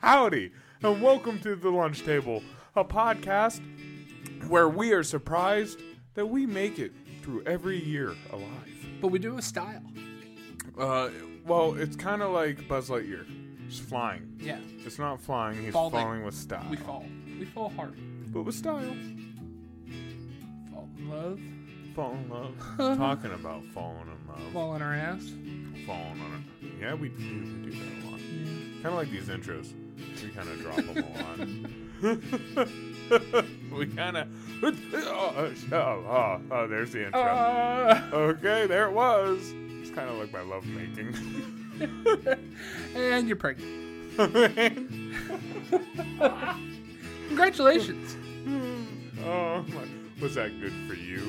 Howdy, and welcome to The Lunch Table, a podcast where we are surprised that we make it through every year alive. But we do a style. Uh, well, it's kind of like Buzz Lightyear. He's flying. Yeah. It's not flying, he's Falling. falling with style. We fall. We fall hard. But with style. Fall in love. Fall in love. Talking about falling in love. Fall on our ass. falling on it. Yeah, we do do that a lot. Kind of like these intros. We kind of drop them a lot. we kind of. Oh, oh, oh, oh, there's the intro. Ah. okay, there it was. It's kind of like my lovemaking. and you're pregnant. Oh, Congratulations. oh, my. Was that good for you?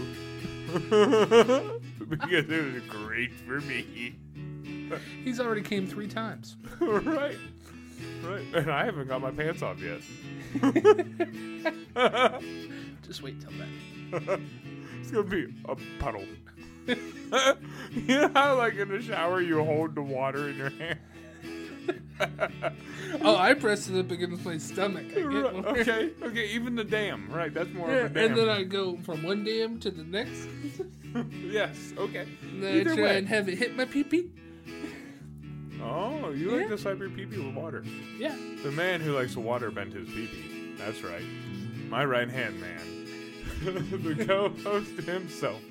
because it was great for me. He's already came three times. right. Right. And I haven't got my pants off yet. Just wait till then. It's gonna be a puddle. you know how, like in the shower, you hold the water in your hand. Oh, I pressed it up against my stomach. I get more. Okay, okay, even the dam, right? That's more of a And dam. then I go from one dam to the next. yes, okay. And then I Either try way. and have it hit my pee pee. Oh, you like Yeah. to swipe your pee pee with water. Yeah. The man who likes to water bend his pee pee. That's right. My right hand man. the co host himself.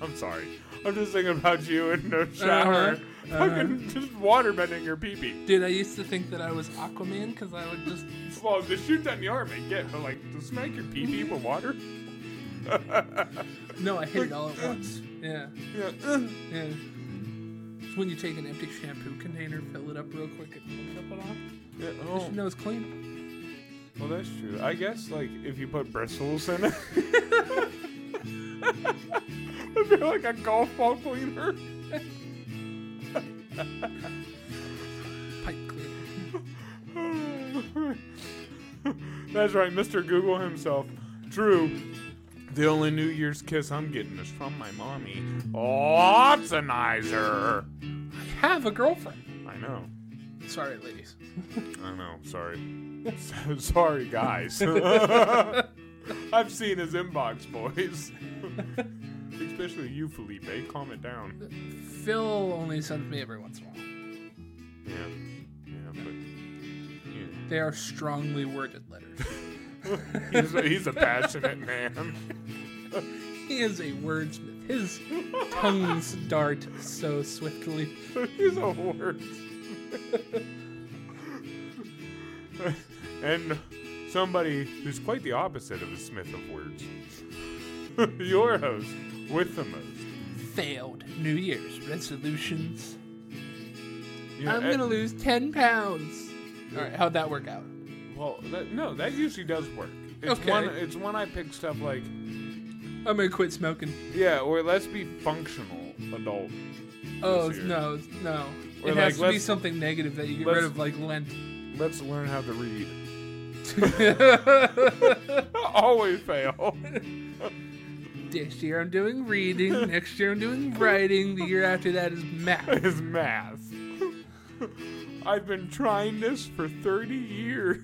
I'm sorry. I'm just thinking about you in the shower. Uh-huh, uh-huh. Fucking just water bending your pee pee. Dude, I used to think that I was Aquaman because I would just. Well, the shoot down the arm and get, but like, to smack your pee pee with water? No, I hit it all at once. Yeah. Yeah. uh, Yeah. It's when you take an empty shampoo container, fill it up real quick, and flip it off. yeah, You Oh, should know it's clean. well, that's true. I guess, like, if you put bristles in it, it'd be like a golf ball cleaner. Pipe cleaner. That's right, Mr. Google himself. Drew, the only New Year's kiss I'm getting is from my mommy. Watsonizer! I have a girlfriend. I know. Sorry, ladies. I know. Sorry. So- sorry, guys. I've seen his inbox, boys. Especially you, Felipe. Calm it down. Phil only sends me every once in a while. Yeah. Yeah, but. Yeah. They are strongly worded letters. He's, a, he's a passionate man. he is a wordsmith. His tongues dart so swiftly. he's a horse. and somebody who's quite the opposite of a smith of words. Your host with the most. Failed New Year's resolutions. You know, I'm eh, gonna lose 10 pounds. Alright, how'd that work out? Well, that, no, that usually does work. It's Okay. One, it's when I pick stuff like, I'm gonna quit smoking. yeah, or let's be functional adult. Oh year. no, it's- no! Or it like, has to be let's- something negative that you get let's- rid of, like Lent. Let's learn how to read. Always fail. this year I'm doing reading. Next year I'm doing writing. The year after that is math. Is math. I've been trying this for 30 years.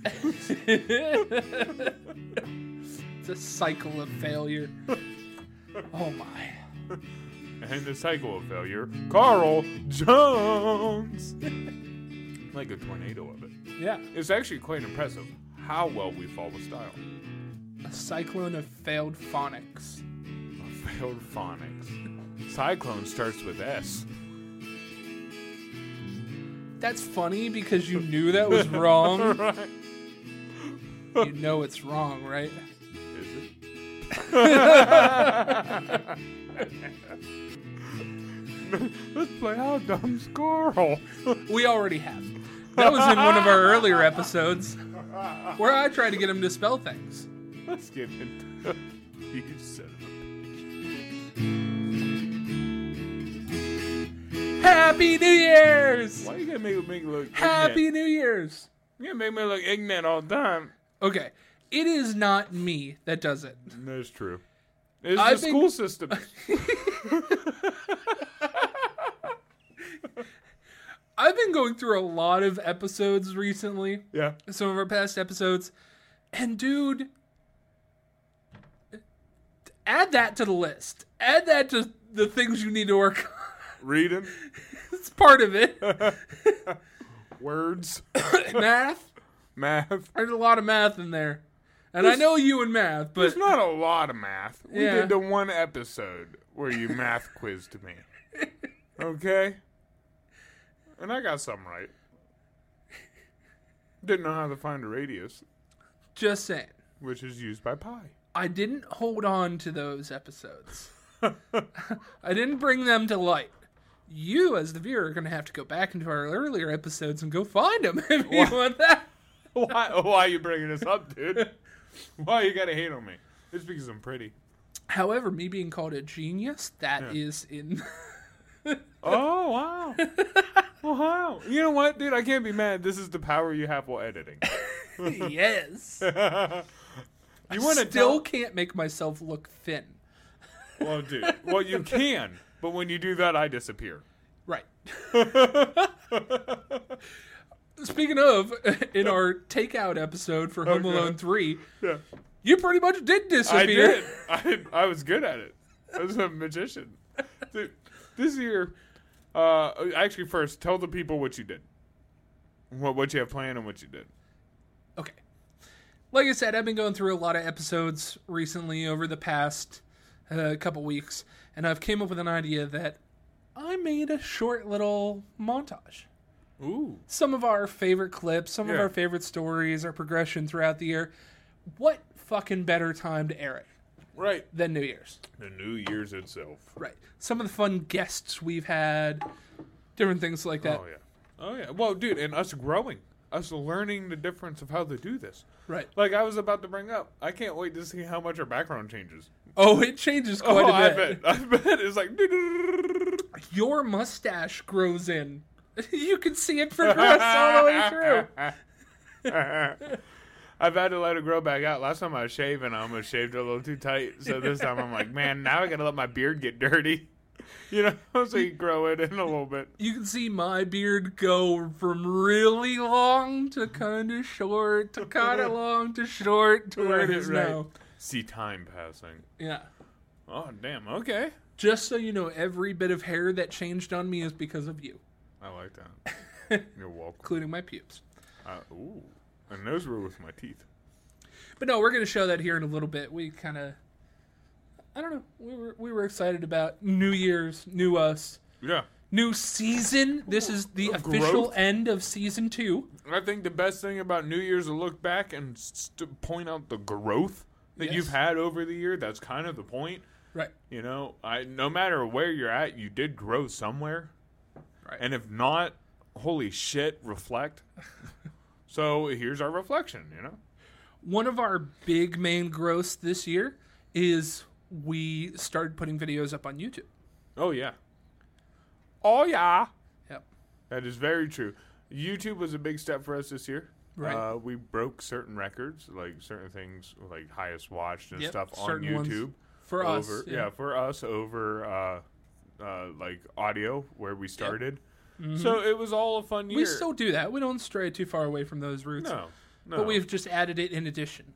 it's a cycle of failure. Oh my! and the cycle of failure, Carl Jones. like a tornado of it. Yeah, It's actually quite impressive how well we fall with style. a cyclone of failed phonics. A failed phonics. Cyclone starts with S. That's funny because you knew that was wrong. Right. You know it's wrong, right? Is it? Let's play How Dumb Squirrel. We already have. That was in one of our earlier episodes where I tried to get him to spell things. Let's get into it. You son of a Happy New Year's! Why you gotta make me look ignorant? Happy New Year's! You gotta make me look ignorant all the time. Okay, it is not me that does it. That's true. It's I the think- school system. I've been going through a lot of episodes recently, Yeah. some of our past episodes, and dude, add that to the list. Add that to the things you need to work on. Reading It's part of it. words, math. math. There's a lot of math in there. And I know you and math, but There's not a lot of math. We Yeah. did the one episode where you math quizzed me. Okay? And I got some right. Didn't know how to find a radius, just saying. which is used by pi. I didn't hold on to those episodes. I didn't bring them to light. You, as the viewer, are going to have to go back into our earlier episodes and go find them if you want that. Why, why are you bringing this up, dude? Why you gotta hate on me? It's because I'm pretty. However, me being called a genius, that is in. Oh, wow. wow. You know what, dude? I can't be mad. This is the power you have while editing. yes. You want to Still can't make myself look thin. Well, dude. Well, you can, but when you do that, I disappear. Right. Speaking of, in our takeout episode for Home Okay. Alone 3, Yeah. you pretty much did I disappear. did. I, I was good at it. I was a magician. Dude, this year, uh, actually, first, tell the people what you did. What, what you have planned and what you did. Okay. Like I said, I've been going through a lot of episodes recently over the past uh, couple weeks, and I've came up with an idea that I made a short little montage. Ooh. Some of our favorite clips, some of Yeah. our favorite stories, our progression throughout the year. What fucking better time to air it Right. than New Year's? The New Year's itself. Right. Some of the fun guests we've had, different things like that. Oh, yeah. Oh, yeah. Well, dude, and us growing, us learning the difference of how to do this. Right. Like I was about to bring up, I can't wait to see how much our background changes. Oh, it changes quite oh, a I bit. bet. I bet. It's like. your mustache grows in. you can see it progress all the way through. I've had to let it grow back out. Last time I was shaving, I almost shaved it a little too tight. So this time I'm like, man, now I gotta let my beard get dirty. You know, so you grow it in a little bit. You can see my beard go from really long to kind of short to kind of long to short to where it is Right. now. See time passing. Yeah. Oh damn. Okay. Just so you know, every bit of hair that changed on me is because of you, I like that. You're welcome. including my pubes. Uh, ooh, and those were with my teeth. But no, we're going to show that here in a little bit. We kind of, I don't know, we were, we were excited about New Year's, new us, Yeah. new season. This is the Ooh, official growth. end of season two. I think the best thing about New Year's to look back and st- point out the growth that Yes. you've had over the year. That's kind of the point. Right. You know, I no matter where you're at, you did grow somewhere. Right. And if not, holy shit, reflect. so here's our reflection. You know, One of our big main growths this year is we started putting videos up on YouTube. oh yeah, oh yeah. Yep. That is very true. YouTube was a big step for us this year. Right. Uh, we broke certain records, like certain things, like highest watched and Yep, stuff on certain ones YouTube. For us. over, yeah. for us over uh, uh, like audio where we started. So it was all a fun year. Mm-hmm. We still do that. We don't stray too far away from those roots. no, no. But we've just added it in addition.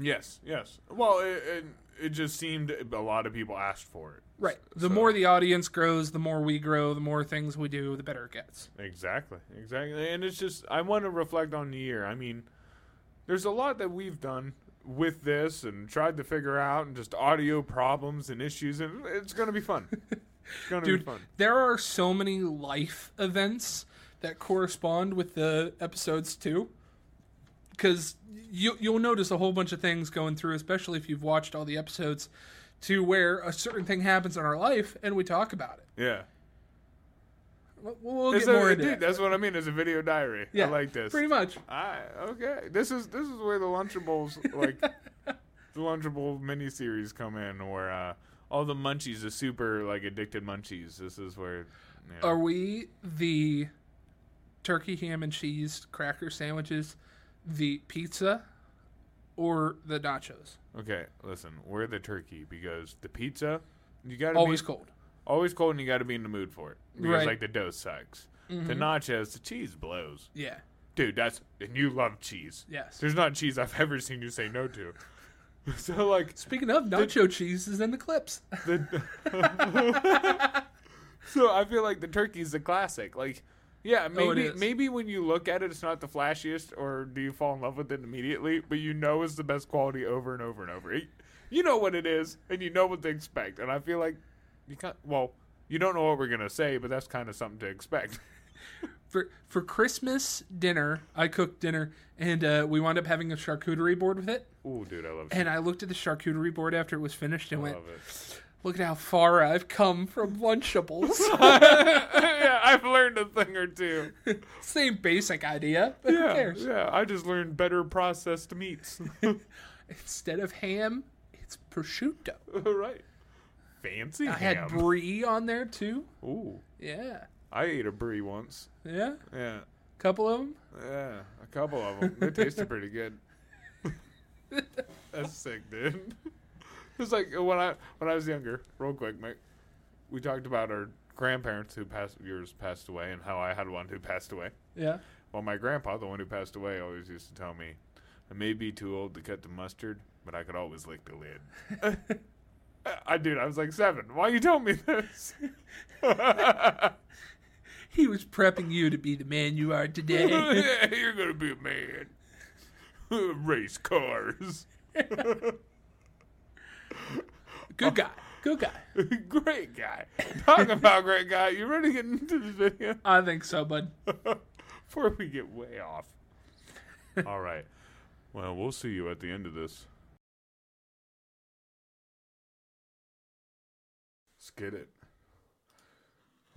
yes, yes. Well, it, it it just seemed a lot of people asked for it. Right. The So- more the audience grows, the more we grow, the more things we do, the better it gets. Exactly, exactly. And it's just I want to reflect on the year. I mean, there's a lot that we've done with this and tried to figure out and just audio problems and issues and it's going to be fun. It's going to be Dude, fun. there are so many life events that correspond with the episodes too. Because you, you'll notice a whole bunch of things going through, especially if you've watched all the episodes, to where a certain thing happens in our life and we talk about it. Yeah. We'll, we'll It's get a- more into dude, that. that's what I mean. It's a video diary. Yeah, I like this. Pretty much. I okay. This is this is where the Lunchables like the Lunchable miniseries come in, where uh, all the munchies, the super like addicted munchies. This is where. Yeah. Are we the turkey, ham, and cheese, cracker sandwiches, the pizza, or the nachos? Okay, listen, we're the turkey because the pizza you gotta Always be, cold. always cold and you gotta be in the mood for it because Right. Mm-hmm. like the dough sucks. to nachos, the cheese blows. Yeah. Dude, that's and you love cheese. Yes. There's not cheese I've ever seen you say no to. So like Speaking of, nacho cheese is in the clips. the So I feel like the turkey's the classic. Like yeah, Oh, it maybe is. maybe when you look at it it's not the flashiest or do you fall in love with it immediately, but you know it's the best quality over and over and over. It- You know what it is and you know what to expect. And I feel like you can't well, you don't know what we're gonna say, but that's kind of something to expect. for for Christmas dinner, I cooked dinner, and uh, we wound up having a charcuterie board with it. Ooh, dude, I love And I looked at the charcuterie board after it was finished and I went, love it. "Look at how far I've come from Lunchables." yeah, I've learned a thing or two. Same basic idea, but who Yeah, cares? yeah. I just learned better processed meats. Instead of ham, it's prosciutto. right. Fancy I had ham. brie on there too. Ooh, Yeah, I ate a brie once. yeah, Yeah, couple of them. yeah. A couple of them. They tasted pretty good. That's sick, dude. It's like uh, when I when I was younger. Real quick, Mike. We talked about our grandparents who passed yours passed away, and how I had one who passed away. Yeah, Well, my grandpa, the one who passed away, always used to tell me, I may be too old to cut the mustard, but I could always lick the lid. I, dude, I was like seven. Why you telling me this? he was prepping you to be the man you are today. You're going to be a man. Race cars. Good guy, good guy. great guy. Talking about great guy, you ready to get into the video? I think so, bud. before we get way off. All right. Well, we'll see you at the end of this. Let's get it.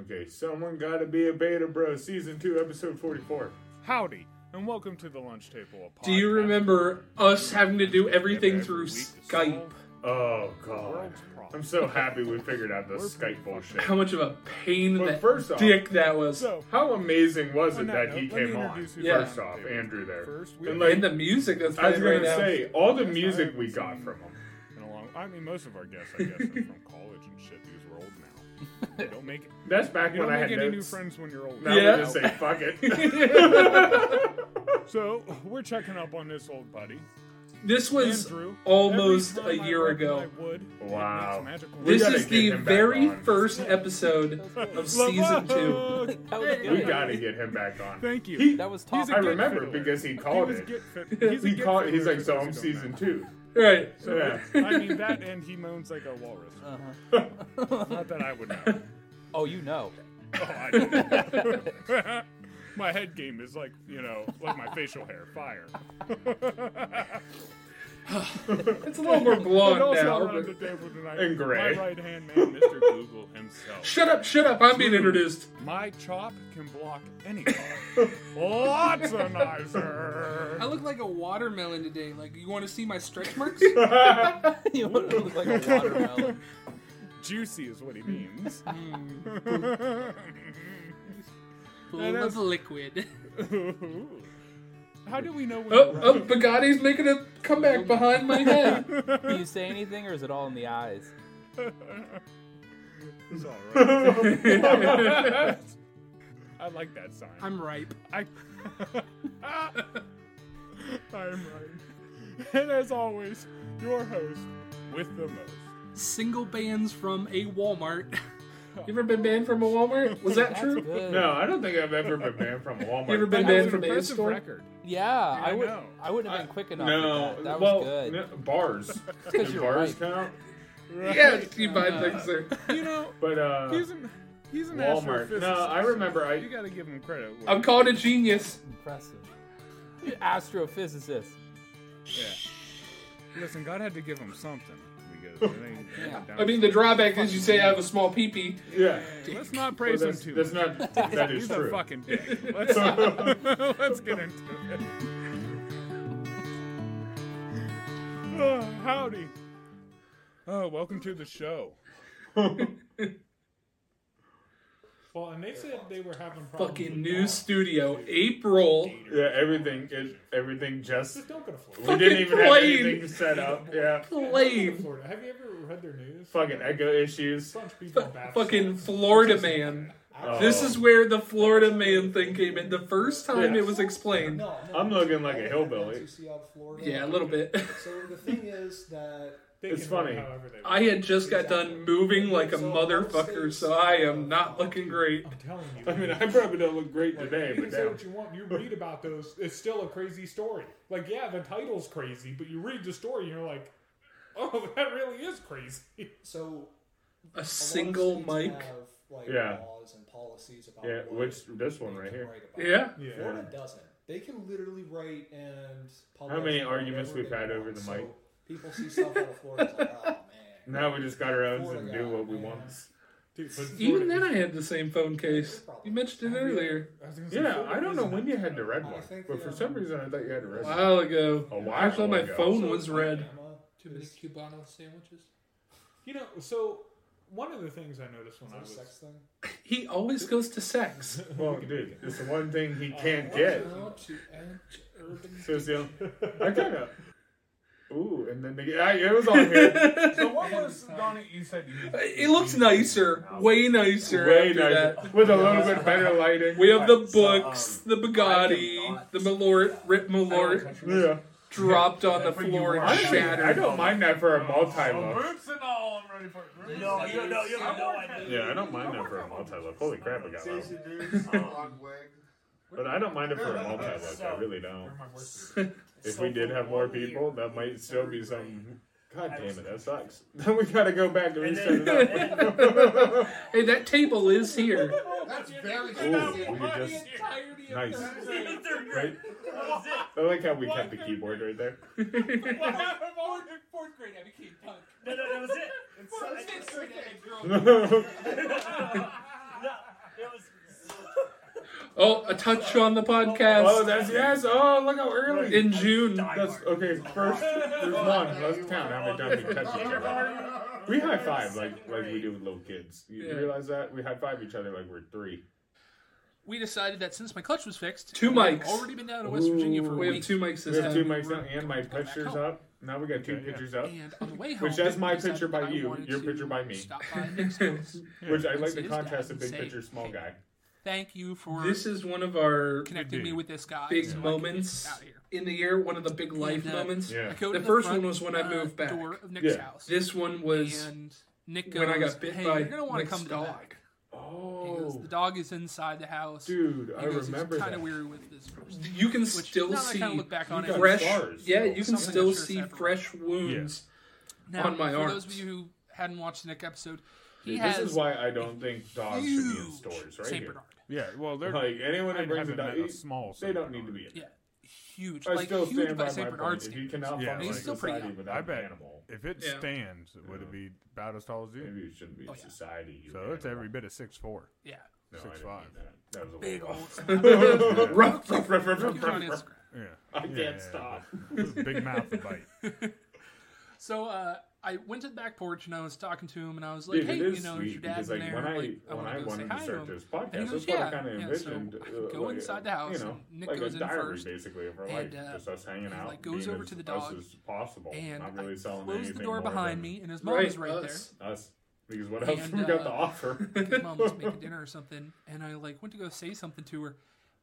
Okay, someone gotta be a beta bro, season two, episode forty-four. Howdy, and welcome to the lunch table. a Do you podcast remember us having to do everything Every through week to Skype? solve Oh the god, world's I'm problems. so happy we figured out the Skype bullshit. How much of a pain But that first off- dick that was. So, How amazing was it On that that he note, let me came on? introduce you Yeah. First off, Andrew there, First, we- and like and the music that's I was playing gonna right now. say, all the Yes, I music am we got seeing- from him. and along, I mean, most of our guests, I guess, are from college and shit. These are old now. They don't make it. That's back You when don't I make had any new notes. friends when you're old. Now Yeah. yeah. just say fuck it. So we're checking up on this old buddy, This was Andrew. almost Every a time I year reckon ago. I would, it Wow. makes magical We This gotta is get the him back very on. first episode of season two. Lavuk! we gotta get him back on. Thank you. He, That was He's top. a I good remember fiddler. because he He called was it. get fit. He's, a he good called. He's fiddler, like, so those I'm who don't season know. two. Right. So yeah. I mean that, and he moans like a walrus. Not that I would know. Oh, you know. Oh, I know. my head game is like, you know, like my facial hair, fire. It's a little more And blonde also now. around but- the table tonight, And gray. my right-hand man, Mr. Google himself. Shut up, shut up. I'm being introduced. My chop can block any chop. Lots of knives. I look like a watermelon today. Like, you want to see my stretch marks? you want to look like a watermelon. Juicy is what he means. Full of liquid. How do we know when Oh, oh, Bugatti's making a comeback behind my head. Do you say anything, or is it all in the eyes? oh. it's all right? I like that sign. I'm ripe. I. Ah. I'm right. And as always, your host with the most. Single bans from a Walmart. You ever been banned from a Walmart? Was that true? You Good. No, I don't think I've ever been banned from Walmart. ever been That banned was an from a impressive store? record. Yeah, I, would. know. I wouldn't have been quick enough. no, with that. that well, was good. no- bars. 'cause Do you're bars right. count, Yes, you buy things there. You know, but uh, he's an he's an Walmart. astrophysicist. No, I remember. You I gotta give him credit. where- I'm called a genius. Impressive. You astrophysicist. yeah. Listen, God had to give him something. Because it ain't- it ain't down- I mean, the drawback is you say I have a small peepee. yeah. let's not Well, praise that's, him too. that's much. not. That is he's a true. fucking dick. Let's let's get into it. Oh, howdy. Oh, welcome to the show. Well, and they said they were having problems. Fucking with new dogs. studio, April. Yeah, everything is everything just. Just don't go to Florida. We didn't Fucking even have plane. anything set up. Yeah, Lame. Florida. Have you ever read their news? fucking echo issues. Oh, Bunch of people in baths. Fucking Florida man. This is where the Florida man thing came in. The first time Yeah. it was explained. No, no, I'm looking like a I- I've hillbilly. been to Seattle, Florida. Yeah, a little bit. So the thing is that They It's can run funny. However they I want. had just got done moving like a So, motherfucker, so I am not looking great. I'm telling you. I mean, I probably don't look great today, you but can say damn. what you want. You read about those. It's still a crazy story. Like, yeah, the title's crazy, but you read the story and you're like, oh, that really is crazy. so a lot A of single states mic. have, like, Yeah. laws and policies about Yeah, what which this they one right can here. write about. Yeah. Yeah. Florida doesn't. They can literally write and publish. many whatever arguments they we've had want. over the So mic? people see stuff out of Florida. It's like, oh man. Now we just got our own Florida and do guy, what we man. want. Dude, but Even Florida- then, I had the same phone case. You mentioned it earlier. I was gonna say, Yeah, Florida I don't is know nuts. when you had the Oh, red I one, think but the, for some um, reason I thought you had the A red one. while ago. A while I thought my ago. phone was red. Alabama Too many Cubano sandwiches. You know, so one of the things I noticed when I is was a sex thing. He always goes to sex. Well, dude, it's the one thing he Oh, can't get. So it's the only- I kind of. Ooh, and then they, I, it was on here. So what was Donnie? You said you. It looks nicer, way nicer Way after nicer. that. With a little bit better lighting. We have the Right, so, books, the Bugatti, cannot- the Malort, Rip Malort yeah. dropped on the But you floor I and are- don't, even- I shattered. don't mind that for a multi look. Roots and all, I'm ready for it. Roots No, and you don't- roots. you have I'm no working. idea. Yeah, I don't mind that for a multi look. Holy crap, I got one. Crazy dudes, long wig. But I don't mind it for a multi look. I really don't. Where my work is. If we did have more people, that might still be some. God damn it, that sucks. Then we gotta go back Mm-hmm. and And restart it then, up. and then Hey, that table is here. that's very Ooh, crazy. we could just. Nice. Third grade. Right? That was it. I like how we kept the keyboard right there. No, no, that was it. It's so- it's- no, it was. Oh, a touch on the oh, podcast that's yes. Oh, look how early. in June. That's okay. First, there's one. Let's count how many times we touch each other. We high five like like we do with little kids. You Yeah. realize that we high five each other like we're three. we decided that since my clutch was fixed, Two and I've mics. Already been down to West Virginia for a We have week, two mics We this have two time. mics now, and my picture's up. Now we got two pictures up, and on the way home, which that's we my decided picture by that I you, wanted your to picture by me. Stop by Nick's house. which I like Let's the see his dad contrast of and big say, picture, small "Hey, guy. Thank you for This is one of our connecting me with this guy. big so I can get moments out of here. in the year, one of the big life And, uh, moments. Yeah. I go The to first front, one was when I uh, moved back. Door of Nick's Yeah. house. This one was and Nick goes, when I got bit hey, by you're gonna want to Nick's come to the dog. back." He goes, Oh, the dog is inside the house. dude, I he goes, remember Kind that. of weary with this. person." You can Which, still now that I see kinda look back on You it, got fresh. scars, yeah, though. you can Something still I'm sure see is fresh wounds. Now, on my for arms. those of you who hadn't watched the Nick episode, he Dude, has this is why I don't think dogs should be in huge stores right Saint here. Bernard. Yeah, well, they're Like anyone I that brings a haven't dog, met a small. they don't need to be in. Yeah, huge, I like still huge stand by by my Saint Bernard point. If you cannot standards. Yeah, function in like- He's still pretty society young. without I an bet. animal, If it Yeah. stands, would it be about as tall as you? maybe it shouldn't be in Oh, yeah. society. you So it's animal. every bit of six four. Yeah, No, I six didn't five. mean that. That was a big little- old. Ruff, ruff, ruff, ruff, Huge on ruff, ruff. Instagram. Yeah. I can't Yeah, stop. Big mouth to bite. So uh, I went to the back porch and I was talking to him and I was like, Dude, "Hey, it is you know, is sweet your dad because in like there?" when I, like, when wanna I go say wanted to hi start him. this podcast, And he that's goes, what I "Yeah, kind of yeah, so envisioned. I could uh, go like, inside the house you know, and Nick like goes a in diary, first, basically, of our and, life, uh, just us hanging he, out, like, goes being over as to the us dog, as possible, and not really I selling closed the anything door more behind than me, and his mom Right, was right there. us. us, because what else And, we got uh, to offer? his mom was making dinner or something, and I like went to go say something to her,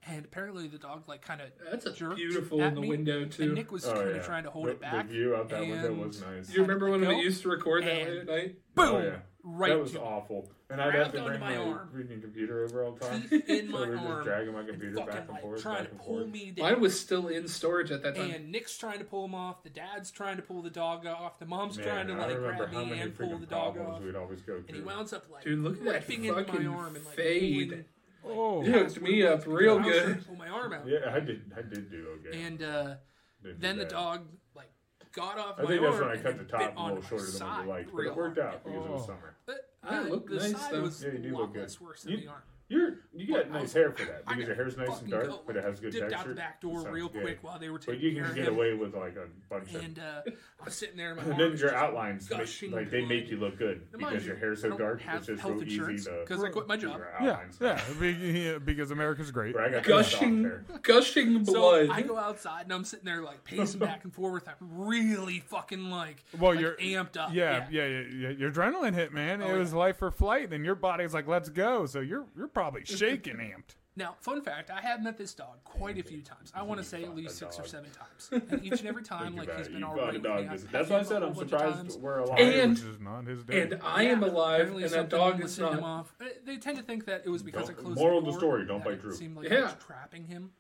and apparently the dog like kind of That's a jerked beautiful at in the me, window too. And Nick was Oh, kind of yeah. trying to hold the, it back. The view out that window and was nice. you remember when we used to record that And- late at night? boom, Oh, yeah. right that was to awful. And I'd have to Grabbed bring onto my, my arm. freaking computer over all the time. Teeth in so my we're just arm. dragging my and computer fucking back and like forth, trying back to and pull forth. me down. Mine was still in storage at that time. and Nick's trying to pull him off. The dad's trying to pull the dog off. The mom's Man, trying to I like remember grab how me many and pull the freaking dog off. problems we'd always go And he through. wounds up like Dude, look at that ripping into my fucking arm and like fade. pulling- Oh, you hooked me up I real was trying good. to Pull my arm out. Yeah, I did. I did do okay. And uh, Didn't do then the bad. dog like got off I my think arm that's when I and cut the then top bit a onto little my shorter than what side you liked, but real it worked hard. out because it was Oh. summer. But, Ah, uh, it looked the nice, side though. was Yeah, you do a look lot good. less worse than You- the arm. You're you got But nice I- hair for that I because your gotta hair's nice fucking and dark, go. but it has good Dipped texture. out the back door Sounds real good. quick while they were taking But you care can of get him. away with like a bunch of. And uh, I was sitting there, and my And arm then was your just outlines, make, gushing like they make blood. you look good Now, mind because you, your hair's I so don't dark. have It's just health real easy insurance to. 'cause I quit my do job. your yeah, outlines. yeah, be- yeah, because America's great. But I got gushing. gushing, gushing blood. So I go outside and I'm sitting there like pacing back and forth. I'm really fucking like Well, like, you're amped up. Uh, Yeah, yeah, yeah, yeah, Your adrenaline hit, man. Oh, it yeah. was life or flight, and your body's like, "Let's go." So you're you're probably shaking, amped. Now, fun fact: I have met this dog quite a few times. I want to say at least six or seven times, and each and every time, like he's been all right with me. I've pet That's why I him a said whole I'm bunch of surprised times. we're alive. Which And, is not his day. and I am alive, Apparently and that something dog was is setting him not. off. Uh, They tend to think that it was because Don't- I closed moral the of door. the story, don't that bite it Drew. Seemed like Yeah. I was trapping him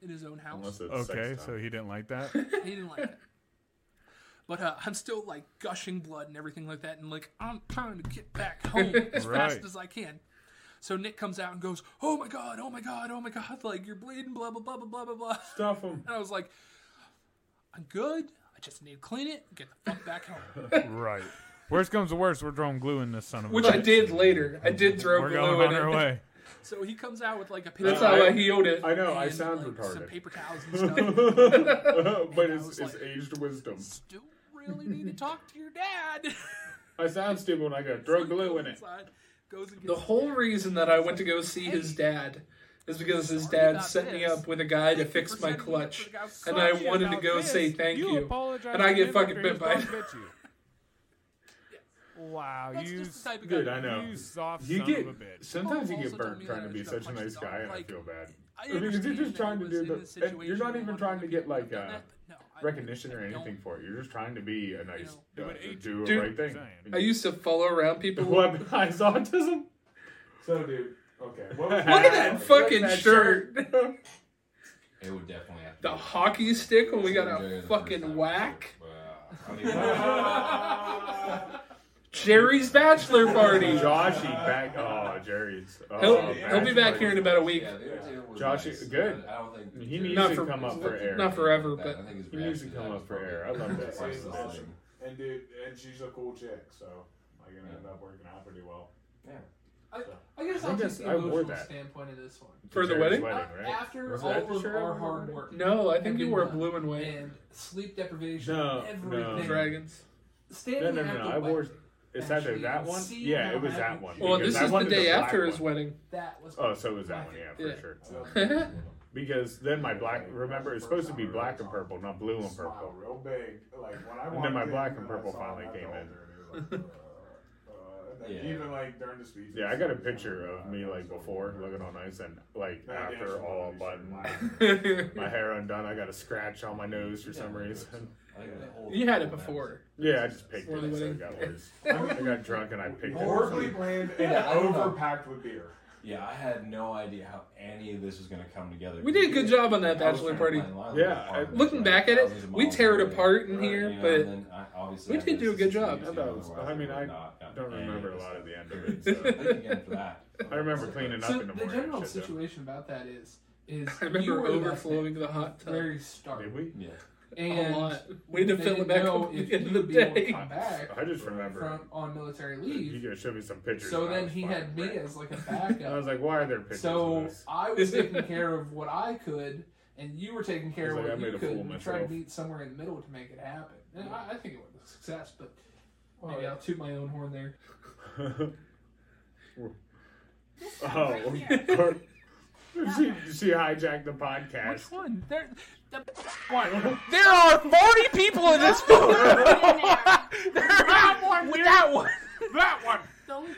in his own Unless house. it's Okay, sex so time. he didn't like that. he didn't like it. But uh, I'm still like gushing blood and everything like that, and like I'm trying to get back home as Right. fast as I can. So Nick comes out and goes, "Oh my god, oh my god, oh my god! Like you're bleeding, blah blah blah blah blah blah blah." Stuff him. And I was like, "I'm good. I just need to clean it, and get the fuck back home." right. Worst comes to worst, we're throwing glue in this son of a. Which bitch. I did later. I did throw We're glue going on in our it. way. so he comes out with like a paper That's towel how I healed it. I know. and, I sound like, some retarded, paper towels and stuff. but I it's, was it's like- aged wisdom. Still really need to talk to your dad. I sound stupid when I go throw glue in it. Inside, goes and The gets whole reason that I went to go see his dad is because his dad set me up with a guy to fix my clutch, and I wanted to go say thank you. apologize and I to get him fucking after bit his by- dog bit you. Wow, That's you just the type of guy. Dude, I know. You soft You son get of a bitch. sometimes you Oh, get also told burnt me trying that to I be was such a gonna punch nice the guy, dog. and I Like, feel bad. I mean, 'cause you're understand just that trying it to was do in the- a it- situation you're not where even one trying other to get, people like, done uh, that, but no, I- Recognition or I don't- anything for it. You're just trying to be a nice, You uh, But eight- do a Dude, right thing. Same. Are Are you you used to follow around people weaponized autism? So, dude, okay. What was Look at that fucking That shirt. It would definitely have to the be hockey stick when we got Jerry a the first fucking time. whack. Wow. I mean, Jerry's bachelor party. Joshy back. Oh, Jerry's. Oh, he'll, he'll bachelor be back party. here in about a week. Yeah, Josh, Josh, nice. good. I don't think He needs not to for come up for air. not forever, but He needs to come up for air. I love that. That's That's the awesome. thing. And dude, and she's a cool chick, so I'm gonna end up working out pretty well. I guess I I'll guess just the I wore emotional that. standpoint of this one. Uh, For the Jerry's wedding? right? After Was all that the of shirt our I wore? hard work No, I I've think you been wore done. blue and white. and sleep deprivation, No, no. everything. Dragons. Standing No, no, at no, no. the I wore. wedding, Is that actually that one? seeing Yeah, how it was that happy one. she Well, because this I is the wanted day black after his one. wedding. That was Oh, so it was that one, yeah, for Yeah. sure. Because then my black, remember, it's supposed to be black and purple, not blue and purple. Smile real big, like when I. then walked my in black and I purple saw finally him at the came in. altar, and he was like, uh, uh, and then Yeah. Even like during the speech. "Oh, Yeah, I got a picture of me like before looking all nice and like after all button, my hair undone. I got a scratch on my nose for some reason. You had it before. Yeah, I just picked it, so it got worse. I got drunk and I picked it. or Horribly something. bland and Yeah, I don't know. overpacked with beer. Yeah, I had no idea how any of this was going to come together. We did a good job on that I bachelor was trying to party. plan a lot of Yeah, these I- apartments, Looking like, back at it, thousands of we miles tear it away, apart in right, here, you know, but and then I- obviously we I did do a good this job. easy, I thought it was- otherwise I mean, would I not have Don't gotten any remember a this lot of stuff. the end of it. So. Thank you again for that. I remember cleaning up So in the the morning. general and shit, though. situation about that is, is I you remember were overflowing the hot left at tub. very stark, Did we? Yeah. and a lot. We had to they fill it didn't back know up at if the end of you the would be able to day. come back I just remember. from on military You leave. gotta show me some pictures. So and I then was he fine. had me as like a I was backup. like, why are there pictures? of So this? I was taking care of what I could, and you were taking I care of was what like, I made you a fool could. of and tried to myself. meet somewhere in the middle to make it happen. And I, I think it was a success, but maybe I'll toot my own horn there. Oh, she, she hijacked the podcast. One, there, the There are 40 people in this boat! that one! That one! That one. don't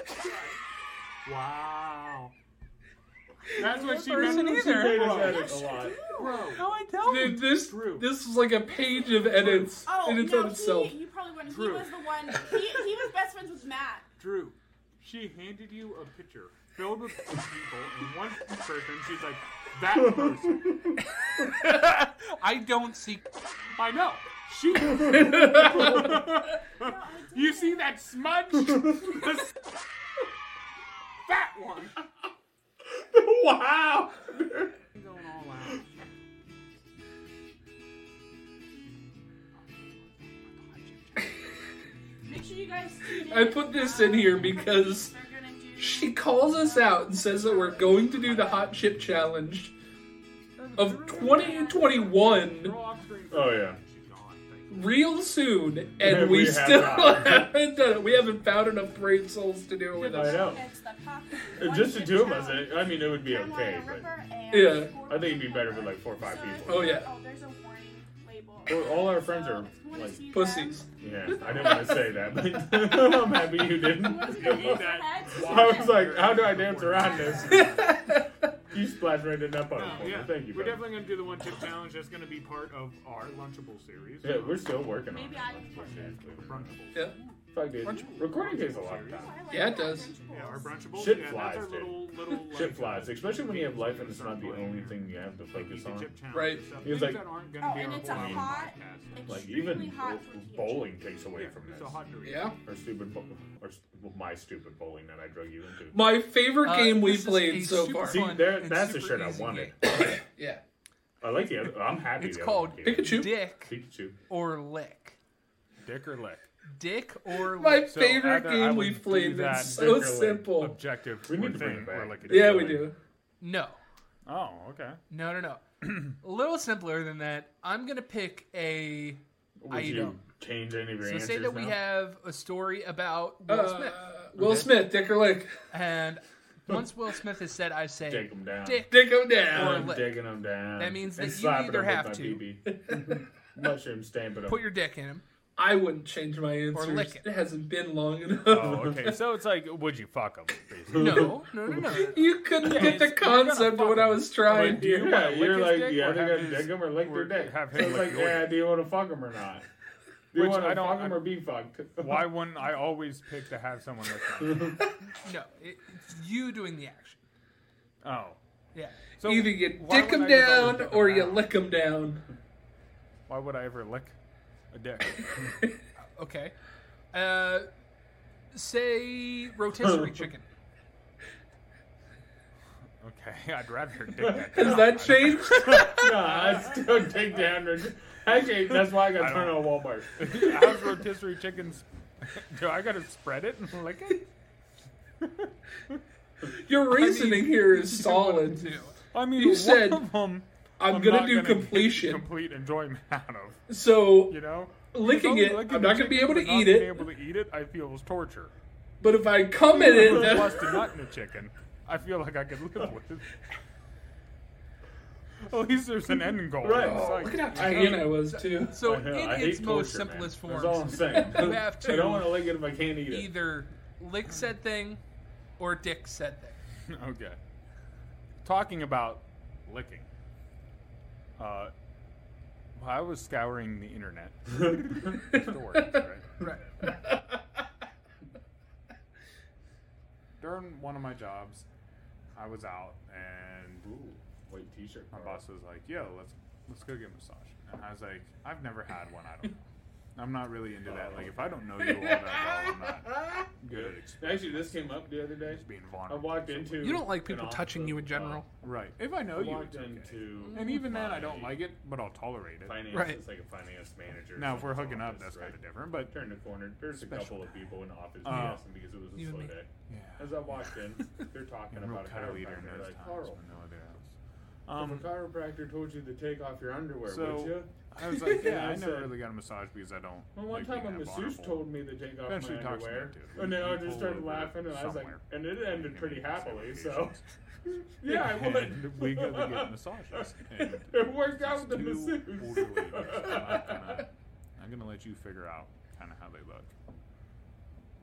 wow. That's what she person meant. when She either. made Oh. us edit a lot. No, I don't! Dude, this this was like a page of edits Oh, in and no, of itself. He, you probably wouldn't. Drew. He was the one. He, he was best friends with Matt. Drew, she handed you a picture filled with people, and one person, she's like, that person. I don't see. I know. She. you see that smudge? This- that one. Wow. Going all out. Make sure you guys. tune in. I put this in here because They're gonna do- she calls us out and says that we're going to do the hot chip challenge of 2021 Throw off screen. Oh yeah. She's gone. Thank you. real soon, We and we, have still not. haven't done it. We haven't found enough brave souls to do it I with us. know. It's the coffee. Uh, Just the One two of chip us. challenge. I I mean, it would be Carolina okay. But Ripper and Yeah. I think it'd be better with like four or five So people. if- Oh, yeah. Oh, there's a warning label Well, all our friends are Wanna see like. Pussies. Yeah, I didn't want to say that, but I'm happy you didn't. I was like, how do I dance around this? you splashed right in that part. No, Oh, yeah. Thank you. We're brother. definitely going to do the one tip challenge. That's going to be part of our Lunchable series. Yeah, we're still working on Maybe it. I Brunchables. Yeah. Fuck, dude. Recording takes a lot of time. Yeah, it does. Yeah, our Brunchables. Shit yeah, flies, that's our dude. little, little like, uh, Shit flies, especially when you have life and it's not the only thing you have to focus on. Right. It's like, Oh, and it's a hot, like extremely even hot bowling takes away from this. a hot drink. Yeah. Or stupid, bo- or s- my stupid bowling that I drug you into. My favorite Uh, game we this is a played so super far. See, there- and that's the super shit I easy wanted. yeah. I like the other. I'm happy. It's the called other one came. Pikachu. Dick. Pikachu. or lick. Dick or lick. Dick or My lick. So favorite either I game would we've do played. that It's so dick or lick simple. Objective. We need or to bring thing, it back. or like a dick Yeah, or we lick. do. No, Oh, okay. no, no, no. a little simpler than that. I'm gonna pick a Would you item. change any of your So answers say that now? we have a story about Will Uh, Smith, Will Smith, Dick or Lick. and once Will Smith is said, I say Take 'em down. Dick, Dick or him down. I'm lick. digging them down. That means and that you slapping either 'em with have my to. BB. Mushroom stamp it up. Put your dick in him. I wouldn't change my answer. lick It. it. hasn't been long enough. Oh, okay. So it's like, would you fuck him? Basically. No, no, no, no. You couldn't get the concept of what I was trying. Like, do you yeah, wanna lick you're his like, dick yeah, or they're have gonna his- dig 'em or lick their or dick. have So him it's lick like, yours. yeah, do you want to fuck 'em or not? Do you Which want I to don't- fuck 'em I- or be fucked? Why wouldn't I always pick to have someone lick me? No, it, it's you doing the action. Oh. Yeah. So Either you why dick would him I just always down pick 'em or you lick him down. Why would I ever lick a dick? Okay. Uh, say rotisserie chicken. Okay, I'd rather dick that. Has that changed? no, I still dig down. or- Actually, that's why I got turned on Walmart. How's rotisserie chickens? Do I gotta spread it and lick it? Your reasoning here is solid. Do. I mean, You one said, of 'em I'm, I'm gonna not do gonna get completion. complete enjoyment out of. so You know, licking If it, licking I'm the not gonna be chicken, able to but not eat being it. Able to eat it, I feel is torture. But if I come in If it, I then- bust a nut in a chicken, I feel like I could live with it. At least there's an end goal. Right. It's like, look at how tan I was too. So I know, in I hate its most torture, man. simplest That's all I'm forms, saying. you have I don't to- want to lick it if I can't eat it. either lick said thing or dick said thing. Okay. Talking about licking. Uh, well, I was scouring the internet. Stories, right? Right. During one of my jobs, I was out and Ooh, white t-shirt. my Carl. boss was like, "Yo, let's let's go get a massage." And I was like, "I've never had one. I don't know. I'm not really into that. Like, if I don't know you all that well, I'm not good at Actually, this came up the other day. being I vulnerable." walked into. You don't like an people touching office, you in general. uh, right. If I know I you, walked it's okay. into. And even then, I don't my like it, but I'll tolerate it. Finance, Right. It's like a finance manager. Now, if we're hooking up, office, that's right? kind of different. But Turned the corner. There's a Special. couple of people in the office Oh. we asked them because it was a You and slow me. day. yeah, As I walked in, they're talking I'm a real about a kind of leader in chiropractor. those Like, times Carl, when no other else. if Um, a chiropractor told you to take off your underwear, would so you? I was like, yeah, I I never said- really got a massage because I don't. Well, like one time a being that masseuse vulnerable. told me to take off Eventually my talks me underwear, into it. and then I You just pull started over laughing, and I was like, somewhere. and it ended I pretty mean, it's happily. So, applications. yeah, I And would. we go to get massages. And It worked out with the do orderly, masseuse. but I'm not gonna- I'm gonna let you figure out kind of how they look.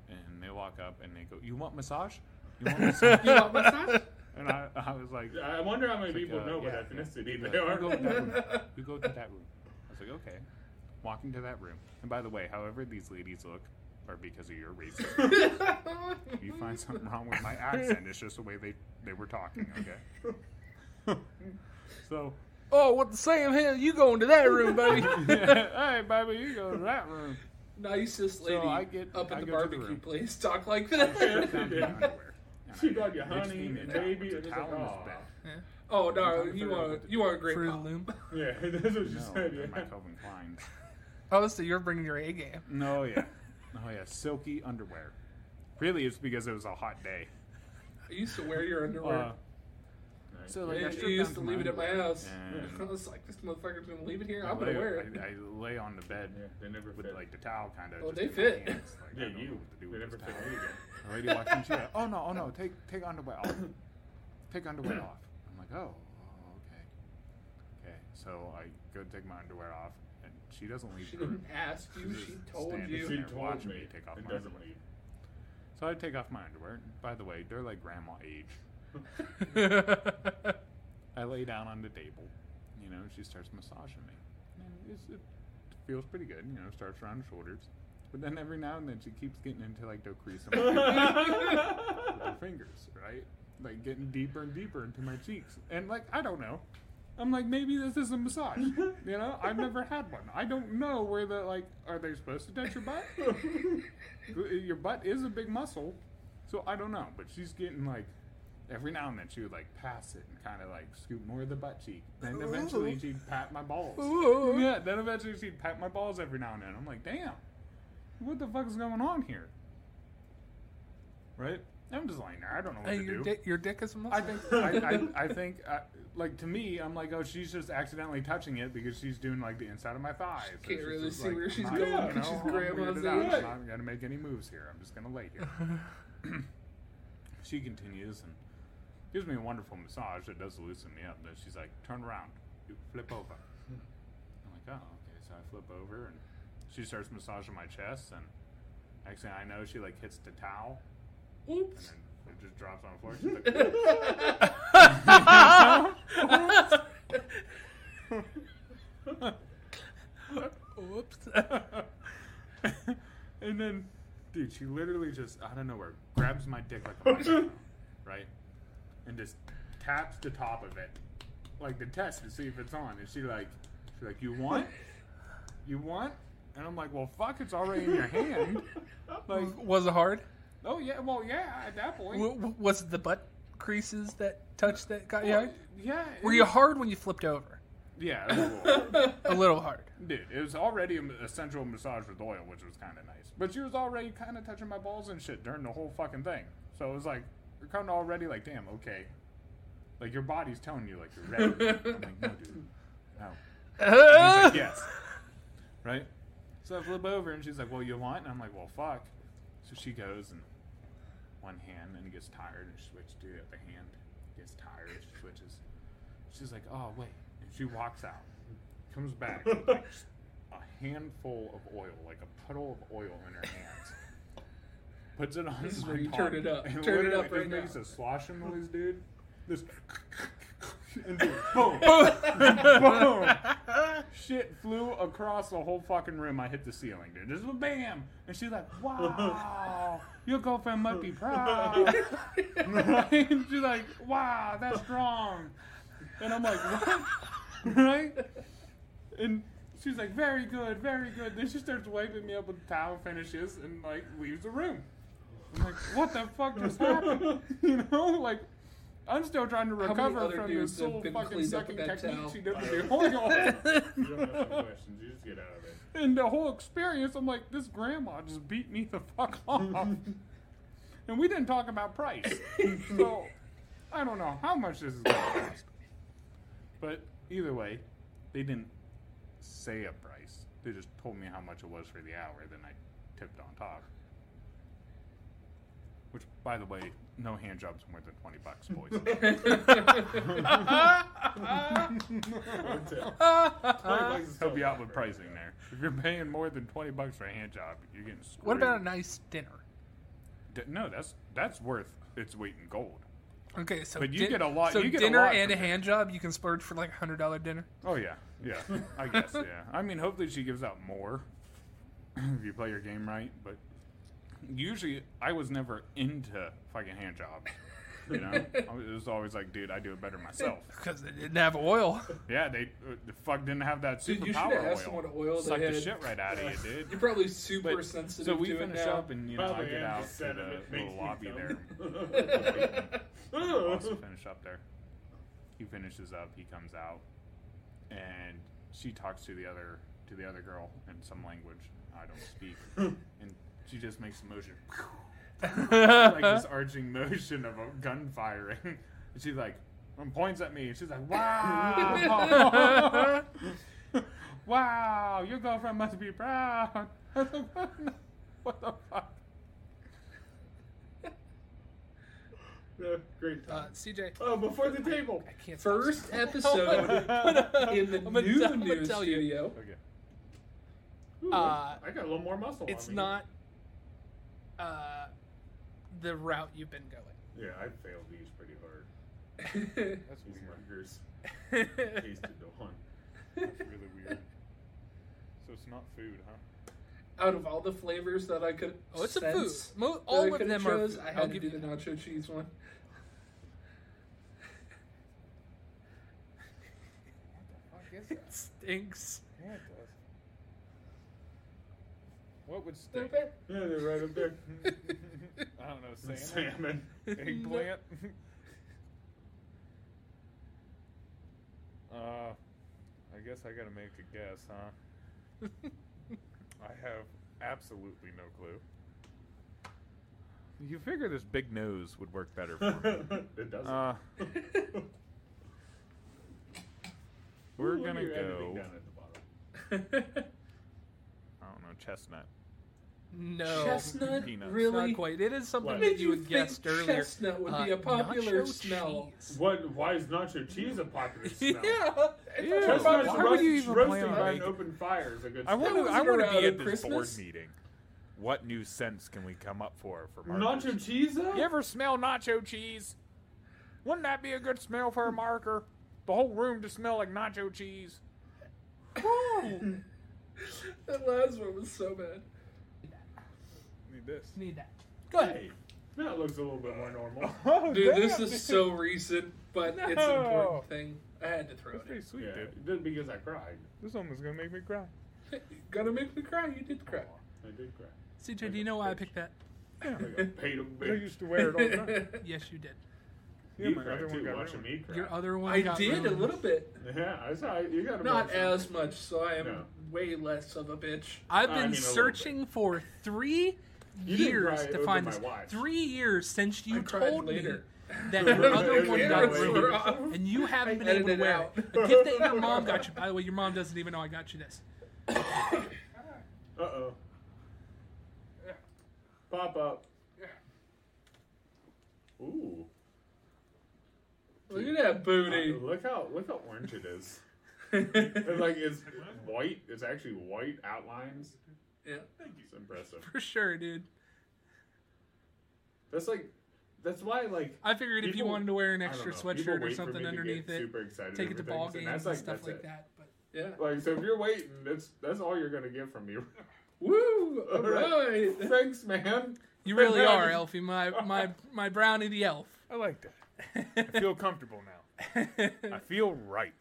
And they walk up and they go, "You want massage? You want massage?" You want massage? and I, I was like, I wonder how many It's like, people uh, know yeah, what yeah. ethnicity Like, they "You are. Go to that room. You go to that room. I was like, okay. Walking to that room. And by the way, however these ladies look are because of your racist. comments. If you find something wrong with my accent, it's just the way they, they were talking, okay? so, Oh, what the same hell? You going to that room, baby? hey, baby, you go to that room. Nicest lady I get- up at I the go to the barbecue room. place talk like that. Down to my underwear. And She I got you ditched honey him in and a towel. baby, It's a and it's towel like, on his "Aw." bed. oh no, you are you are a great. Fruit pop. of the Loom. Yeah, that's what she No, said. they're my Yeah. Oh, Calvin Klein's. Oh, so you're bringing your A game. No, yeah. Oh, yeah. Silky underwear. Really, it's because it was a hot day. I used to wear your underwear. Uh, so like I Yeah, you stripped used to down my leave it at my underwear, house. I and was like, this motherfucker's gonna leave it here. I I'm gonna lay- wear it. I, I lay on the bed Yeah, they never with fit. like the towel kind of. Oh, they fit. Hands. Like, Yeah, I don't know you. what to do They with never this fit towel. me again. The lady walks in, she's like, "Oh no, oh no, take take underwear off. Take underwear off." I'm like, "Oh, oh, okay, okay." So I go to take my underwear off, and She doesn't leave. She her. didn't ask you, just she told stands you. there She told watching me. me take off It my doesn't underwear. So I take off my underwear. By the way, they're like grandma age. I lay down on the table. You know, she starts massaging me. And it's, it feels pretty good. You know, starts around the shoulders. But then every now and then she keeps getting into like the crease of my with her fingers, right? Like getting deeper and deeper into my cheeks. And like, I don't know. I'm like, maybe this is a massage. You know, I've never had one. I don't know where the like. Are they supposed to touch your butt? your butt is a big muscle, so I don't know. But she's getting like, every now and then she would like pass it and kind of like scoop more of the butt cheek. Then eventually Ooh. she'd pat my balls. Ooh. Yeah. Then eventually she'd pat my balls every now and then. I'm like, damn, what the fuck is going on here? Right. I'm just lying there. I don't know what Hey, to your do. dick, your dick is a muscle. I think I, I, I think uh, like to me, I'm like, oh, she's just accidentally touching it because she's doing like the inside of my thighs. So She can't she's really just, see where she's not- going you 'cause she's know, I'm weirded grandma's out. age. I'm not gonna make any moves here. I'm just gonna lay here. she continues and gives me a wonderful massage that does loosen me up. Then she's like, turn around, you flip over. I'm like, oh, okay. So I flip over and she starts massaging my chest and next thing I know, she like hits the towel. Oops. And then it just drops on the floor. She's like, Oops. and then, dude, she literally just out of nowhere grabs my dick like a microphone, right? And just taps the top of it, like the test to see if it's on. And she like, she's like, you want? You want? And I'm like, well, fuck, it's already in your hand. Like, was it hard? oh yeah, well yeah, at that point. W- w- was it the butt creases that touch that got you? Well, hard? yeah, it Were you was- hard when you flipped over? Yeah, a little, A little hard. dude. It was already a, a sensual massage with oil, which was kind of nice. But she was already kind of touching my balls and shit during the whole fucking thing. So it was like, you're kind of already like, damn, okay. Like your body's telling you, like you're ready. I'm like, no, dude, no. And he's like, yes. Right. So I flip over and she's like, well, you want? And I'm like, well, fuck. So she goes and one hand and gets tired and switches to the other hand. Gets tired, she switches. She's like, oh, wait. And she walks out, comes back with like s- a handful of oil, like a puddle of oil in her hands. Puts it on This is my where you top, turn it up. and Turn it up literally right now. just makes a sloshing noise, dude. This. and dude, boom, boom. Shit flew across the whole fucking room. I hit the ceiling, dude. Just bam, and she's like, "Wow, your girlfriend must be proud." right? She's like, "Wow, that's strong," and I'm like, "What?" right? And she's like, "Very good, very good." Then she starts wiping me up with the towel, finishes, and like leaves the room. I'm like, "What the fuck just happened?" you know, like. I'm still trying to How many recover other from dudes this have whole been fucking cleaned up sucking with technique that towel? she did with You the don't oil. ask questions. You just get out of it. And the whole experience, I'm like, this grandma just beat me the fuck off. and we didn't talk about price. so I don't know how much this is going to cost. But either way, they didn't say a price. They just told me how much it was for the hour. Then I tipped on top. Which, by the way, no hand jobs more than 20 bucks, boys. Help you out with pricing there. If you're paying more than 20 bucks for a hand job, you're getting screwed. What about a nice dinner? D- no, that's that's worth its weight in gold. Okay, so But you din- get a lot- So you get a dinner lot and a from it. hand job, you can splurge for like a hundred dollar dinner. Oh yeah, yeah. I guess yeah. I mean, hopefully she gives out more if you play your game right. But usually, I was never into fucking hand jobs. You know, I was- it was always like, dude, I do it better myself. because they didn't have oil. Yeah, they uh, the fuck didn't have that Dude, super you should power have asked oil. someone what oil they Suck the had. shit right out of you, dude. You're probably super But- sensitive So we to it finish now. up, and you know, Probably I get am out to sensitive. the It makes little me lobby dumb. there. wants to finish up there. He finishes up. He comes out, and she talks to the other to the other girl in some language I don't speak, and she just makes a motion, like this arching motion of a gun firing. And she's like, and points at me, and she's like, "Wow, wow, your girlfriend must be proud." I was like, "What the- what the fuck? Yeah, great Uh, time. CJ. oh, before the table. I can't. First episode in the I'm gonna- new I'm gonna news tell you. studio. Okay. Uh, I got a little more muscle. It's on me. not uh, the route you've been going. Yeah, I failed these pretty hard. That's these Rutgers. Tasted the one. That's really weird. So it's not food, huh? Out of all the flavors that I could, Oh, it's a food. sense Mo- that all I of could've them are chose, food. I I'll had to give do you the nacho cheese one. It stinks. Yeah, it does. What would They're stink? bad. Yeah, they're right up there. I don't know, salmon, Salmon. eggplant. uh, I guess I gotta make a guess, huh? I have absolutely no clue. You figure this big nose would work better for me. it doesn't. Uh, we're Ooh, look gonna at your editing go. down at the bottom. I don't know, chestnut. No. Chestnut? Peanuts. Really? Not quite. It is something What? that Made you you would guess think earlier. chestnut would be Uh, a popular nacho smell. cheese. What? Why is nacho cheese a popular smell? Yeah. Chestnuts Why would roast- you even roasting plan on on an making- open fire is a good I want smell. to. I wasn't want to around be at at this Christmas. board meeting. What new scents can we come up for for markers? Nacho cheese? though? You ever smell nacho cheese? Wouldn't that be a good smell for a marker? The whole room to smell like nacho cheese. That last one was so bad. Need this. Need that. Go ahead. Hey, that looks a little bit more normal. Oh, Dude, damn, this is so recent, but it's an No. important thing. I had to throw That's it in. pretty sweet, yeah, dude. just because I cried. This one was gonna make me cry. Gonna make me cry. You did cry. I did cry. CJ, do you know why I picked that? Like a paid I bitch. used to wear it all the time. Yes, you did. Yeah, You my cried other one too, got watching me cry. Your other one. I got did a ruined. little bit. Yeah, I saw you got Not emotional. as much, so I am No. way less of a bitch. I've I been mean, a little searching for three You didn't years cry to over find my this. watch. Three years since you I cried told later. me that your other It one was got way later. ruined, and you haven't been able to edited it wear out. it. The gift that your mom got you. By the way, your mom doesn't even know I got you this. Uh oh. Pop up. Ooh. Look at that booty. Look how look how orange it is. It's like it's white. It's actually white outlines. Yeah. It's impressive. For sure, dude. That's like that's why like I figured if you People- wanted to wear an I don't extra know, people sweatshirt wait or for me something to underneath get it, Super excited take it over to ball things, and games that's and, like, stuff that's like it. that. But Yeah. Like so, if you're waiting, that's that's all you're gonna get from me. Oh, Woo! All right. Thanks, man. you really are, Elfie. My my my brownie the elf. I like that. I feel comfortable now. I feel right.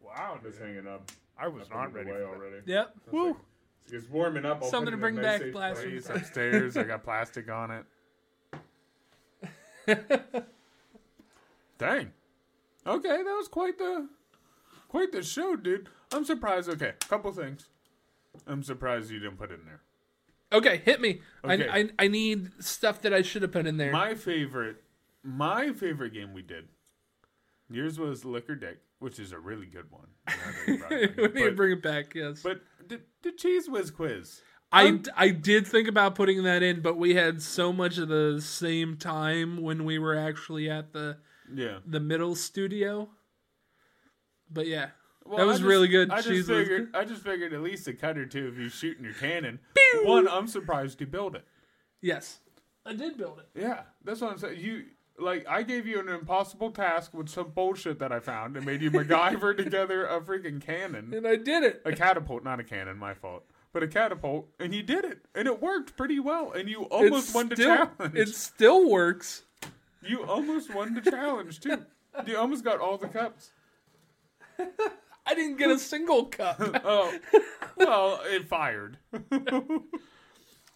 Wow, just hanging up. I was Put not it ready. away For already. Yep. Woo. It's warming up. I'll Something to put it bring in back, safe Blaster. place. that. It's upstairs. I got plastic on it. Dang. Okay, that was quite the quite the show, dude. I'm surprised. Okay, couple things. I'm surprised you didn't put it in there. Okay, hit me. Okay. I, I I need stuff that I should have put in there. My favorite, my favorite game we did. Yours was Liquor Dick, which is a really good one. Now that you brought it we up. need to bring it back. Yes. but but the, the Cheese Whiz Quiz. I, I did think about putting that in, but we had so much of the same time when we were actually at the Yeah. the middle studio. But yeah, Well, that I was just- really good. I just Cheese was figured. good. I just figured at least a cut or two of you shooting your cannon. One, I'm surprised you built it. Yes, I did build it. Yeah, that's what I'm saying. You like I gave you an impossible task with some bullshit that I found and made you MacGyver together a freaking cannon, and I did it. a catapult, not a cannon, my fault, but a catapult, and you did it, and it worked pretty well, and you It almost won the still, challenge. it still works. You almost won the challenge too. You almost got all the cups. I didn't get a single cup. Oh, well, it fired.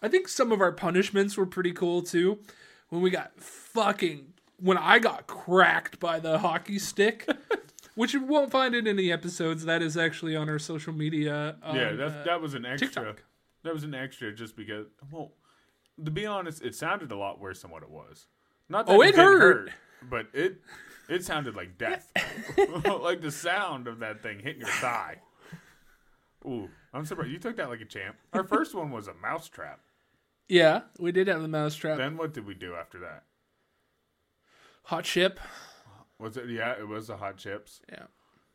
I think some of our punishments were pretty cool too. When we got fucking, when I got cracked by the hockey stick, which you won't find in any episodes. That is actually on our social media. Um, Yeah, that's, that was an extra. TikTok. That was an extra just because. Well, to be honest, it sounded a lot worse than what it was. Not that Oh, it, it didn't hurt. but it it sounded like death. like the sound of that thing hitting your thigh. Ooh, I'm surprised you took that like a champ. Our first one was a mouse trap. Yeah, we did have the mousetrap. Then what did we do after that? Hot chip. Was it? Yeah, it was the hot chips. Yeah.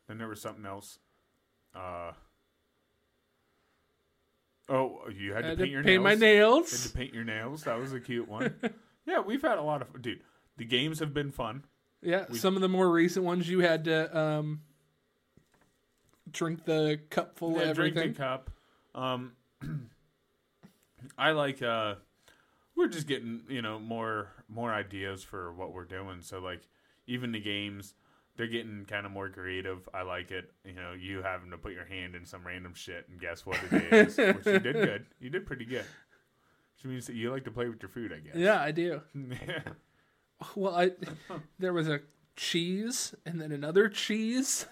Then there was something else. Uh, Oh, you had, Had to to paint your paint nails. my nails. Had to paint your nails. That was a cute one. yeah, we've had a lot of dude. The games have been fun. Yeah, We- some of the more recent ones you had to um, drink the cup full of Yeah, drink everything. the cup. Um, I like. Uh, we're just getting you know more more ideas for what we're doing. So like even the games, they're getting kind of more creative. I like it. You know, you having to put your hand in some random shit and guess what it is, which you did good. You did pretty good. Which means that you like to play with your food, I guess. Yeah, I do. Yeah. Well, I there was a cheese and then another cheese.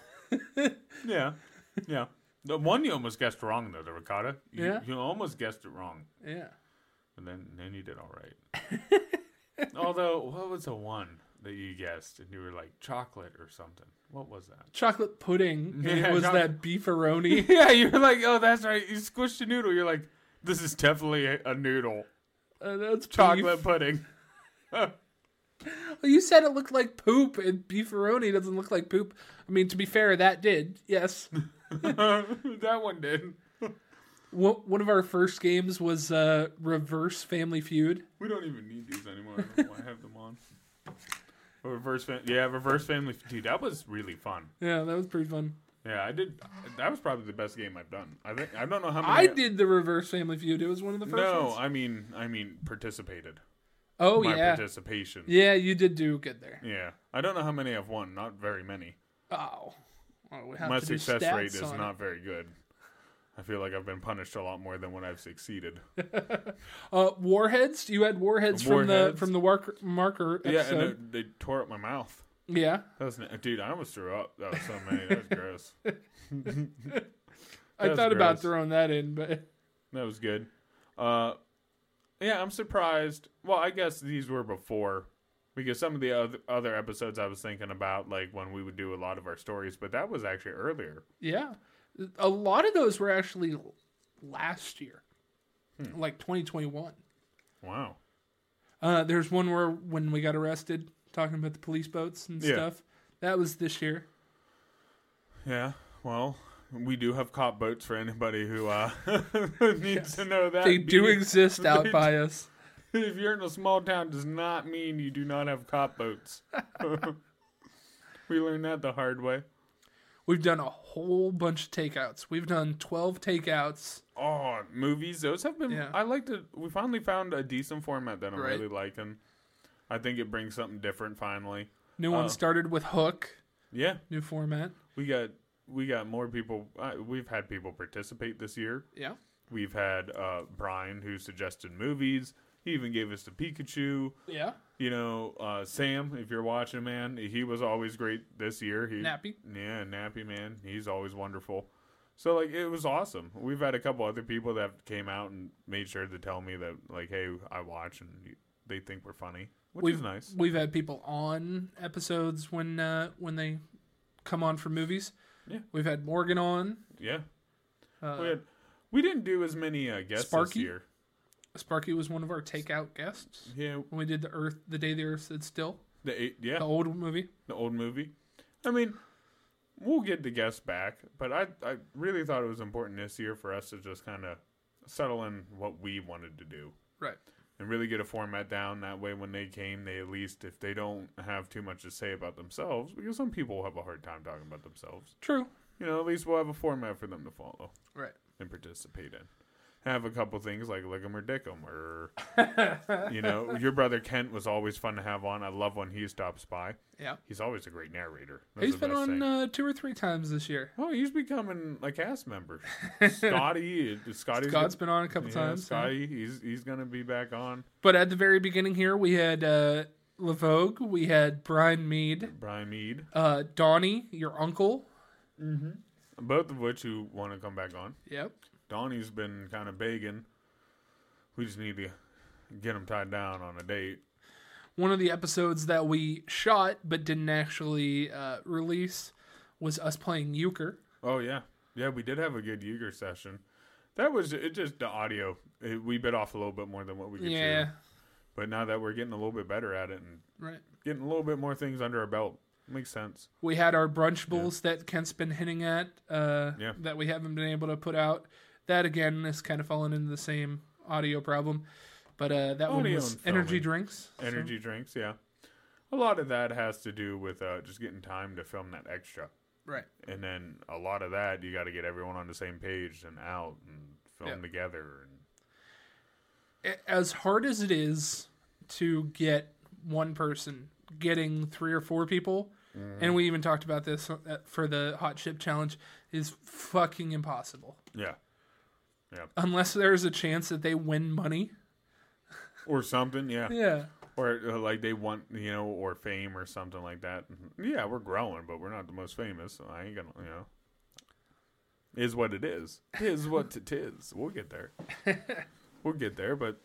Yeah. Yeah. The one you almost guessed wrong though, the ricotta. You, Yeah. You almost guessed it wrong. Yeah. And then then you did all right. Although, what was the one that you guessed and you were like chocolate or something? What was that? Chocolate pudding. and Yeah, it was choc- that beefaroni. yeah, you're like, oh, that's right. You squished a noodle. You're like, this is definitely a, a noodle. Uh, that's Chocolate beef. pudding. Well, you said it looked like poop, and beefaroni doesn't look like poop. I mean, to be fair, that did. Yes. that one did. One one of our first games was uh, Reverse Family Feud. We don't even need these anymore. I don't know why I have them on. Reverse, fam- yeah, reverse family. Dude, that was really fun. Yeah, that was pretty fun. Yeah, I did. That was probably the best game I've done. I think I don't know how many. I did the Reverse Family Feud. It was one of the first no, ones. I mean, I mean, participated. Oh, My yeah. participation. Yeah, you did do good there. Yeah, I don't know how many I've won. Not very many. Oh. Well, we have My to do success stats rate is on it. not very good. I feel like I've been punished a lot more than when I've succeeded. Uh, warheads. You had warheads, from the Warheads. from the Warker, marker yeah, and episode. it- they tore up my mouth. Yeah. that was n- dude. I almost threw up. That was so many. That was gross. I That was thought about gross. throwing that in, but That was good. Uh, yeah, I'm surprised. Well, I guess these were before because some of the other, other episodes I was thinking about, like when we would do a lot of our stories, but that was actually earlier. yeah, a lot of those were actually last year, Hmm. like 2021. Wow. Uh, there's one where when we got arrested, talking about the police boats and Yeah. stuff. That was this year. Yeah. Well, we do have cop boats for anybody who uh, needs to know that They do exist out They by do- us. If you're in a small town, does not mean you do not have cop boats. we learned that the hard way. We've done a whole bunch of takeouts. We've done 12 takeouts. Oh, movies. Those have been. Yeah. I like to. We finally found a decent format that I'm Right. really liking. I think it brings something different finally. New one Uh, started with Hook. Yeah, New format. we got we got more people. Uh, we've had people participate this year. Yeah. We've had uh, Brian who suggested movies. He even gave us the Pikachu. Yeah. You know, uh, Sam, if you're watching, man, he was always great this year. He, Nappy. Yeah, Nappy, man. He's always wonderful. So, like, it was awesome. We've had a couple other people that came out and made sure to tell me that, like, hey, I watch and you- they think we're funny, which we've, is nice. We've had people on episodes when uh, when they come on for movies. Yeah. We've had Morgan on. Yeah. Uh, we, had, we didn't do as many uh, guests Sparky? this year. Sparky was one of our takeout guests. Yeah. When we did the Earth, the day the Earth stood still, The eight, yeah. the old movie. the old movie. I mean, we'll get the guests back, but I I really thought it was important this year for us to just kind of settle in what we wanted to do Right. and really get a format down. That way, when they came, they at least if they don't have too much to say about themselves, because some people have a hard time talking about themselves. True. You know, at least we'll have a format for them to follow Right. and participate in. Have a couple things like lick 'em or dick 'em, or you know, your brother Kent was always fun to have on. I love when he stops by. Yeah. He's always a great narrator. That's He's the been best on thing. uh, two or three times this year. Oh, he's becoming a cast member. Scotty, Scotty's Scott's been on a couple Yeah, times, yeah. Scotty, he's he's gonna be back on. But at the very beginning here, we had uh, Lavogue, we had Brian Mead, Brian Mead, uh, Donnie, your uncle. mm-hmm. both of which who want to come back on. Yep. Donnie's been kind of begging. We just need to get him tied down on a date. one of the episodes that we shot but didn't actually uh, release was us playing euchre. Oh yeah, yeah. We did have a good Uyghur session. That was it. Just the audio, it, we bit off a little bit more than what we could. Yeah. chew. But now that we're getting a little bit better at it and Right. getting a little bit more things under our belt, makes sense. We had our brunchables that Kent's been hinting at uh, Yeah. that we haven't been able to put out. That again is kind of falling into the same audio problem. But uh, that one Audio was and energy filming. drinks. so- Energy drinks, yeah. A lot of that has to do with uh, just getting time to film that extra. Right. And then a lot of that, you got to get everyone on the same page and out and film Yeah. together. And a- as hard as it is to get one person getting three or four people Mhm. and we even talked about this uh, for the hot ship challenge is fucking impossible yeah, yeah, unless there's a chance that they win money or something, yeah, Yeah. or uh, like they want you know, or fame or something like that. Mm-hmm. Yeah, we're growing, but we're not the most famous. So I ain't gonna, you know, is what it is. Is what it is. We'll get there. we'll get there. But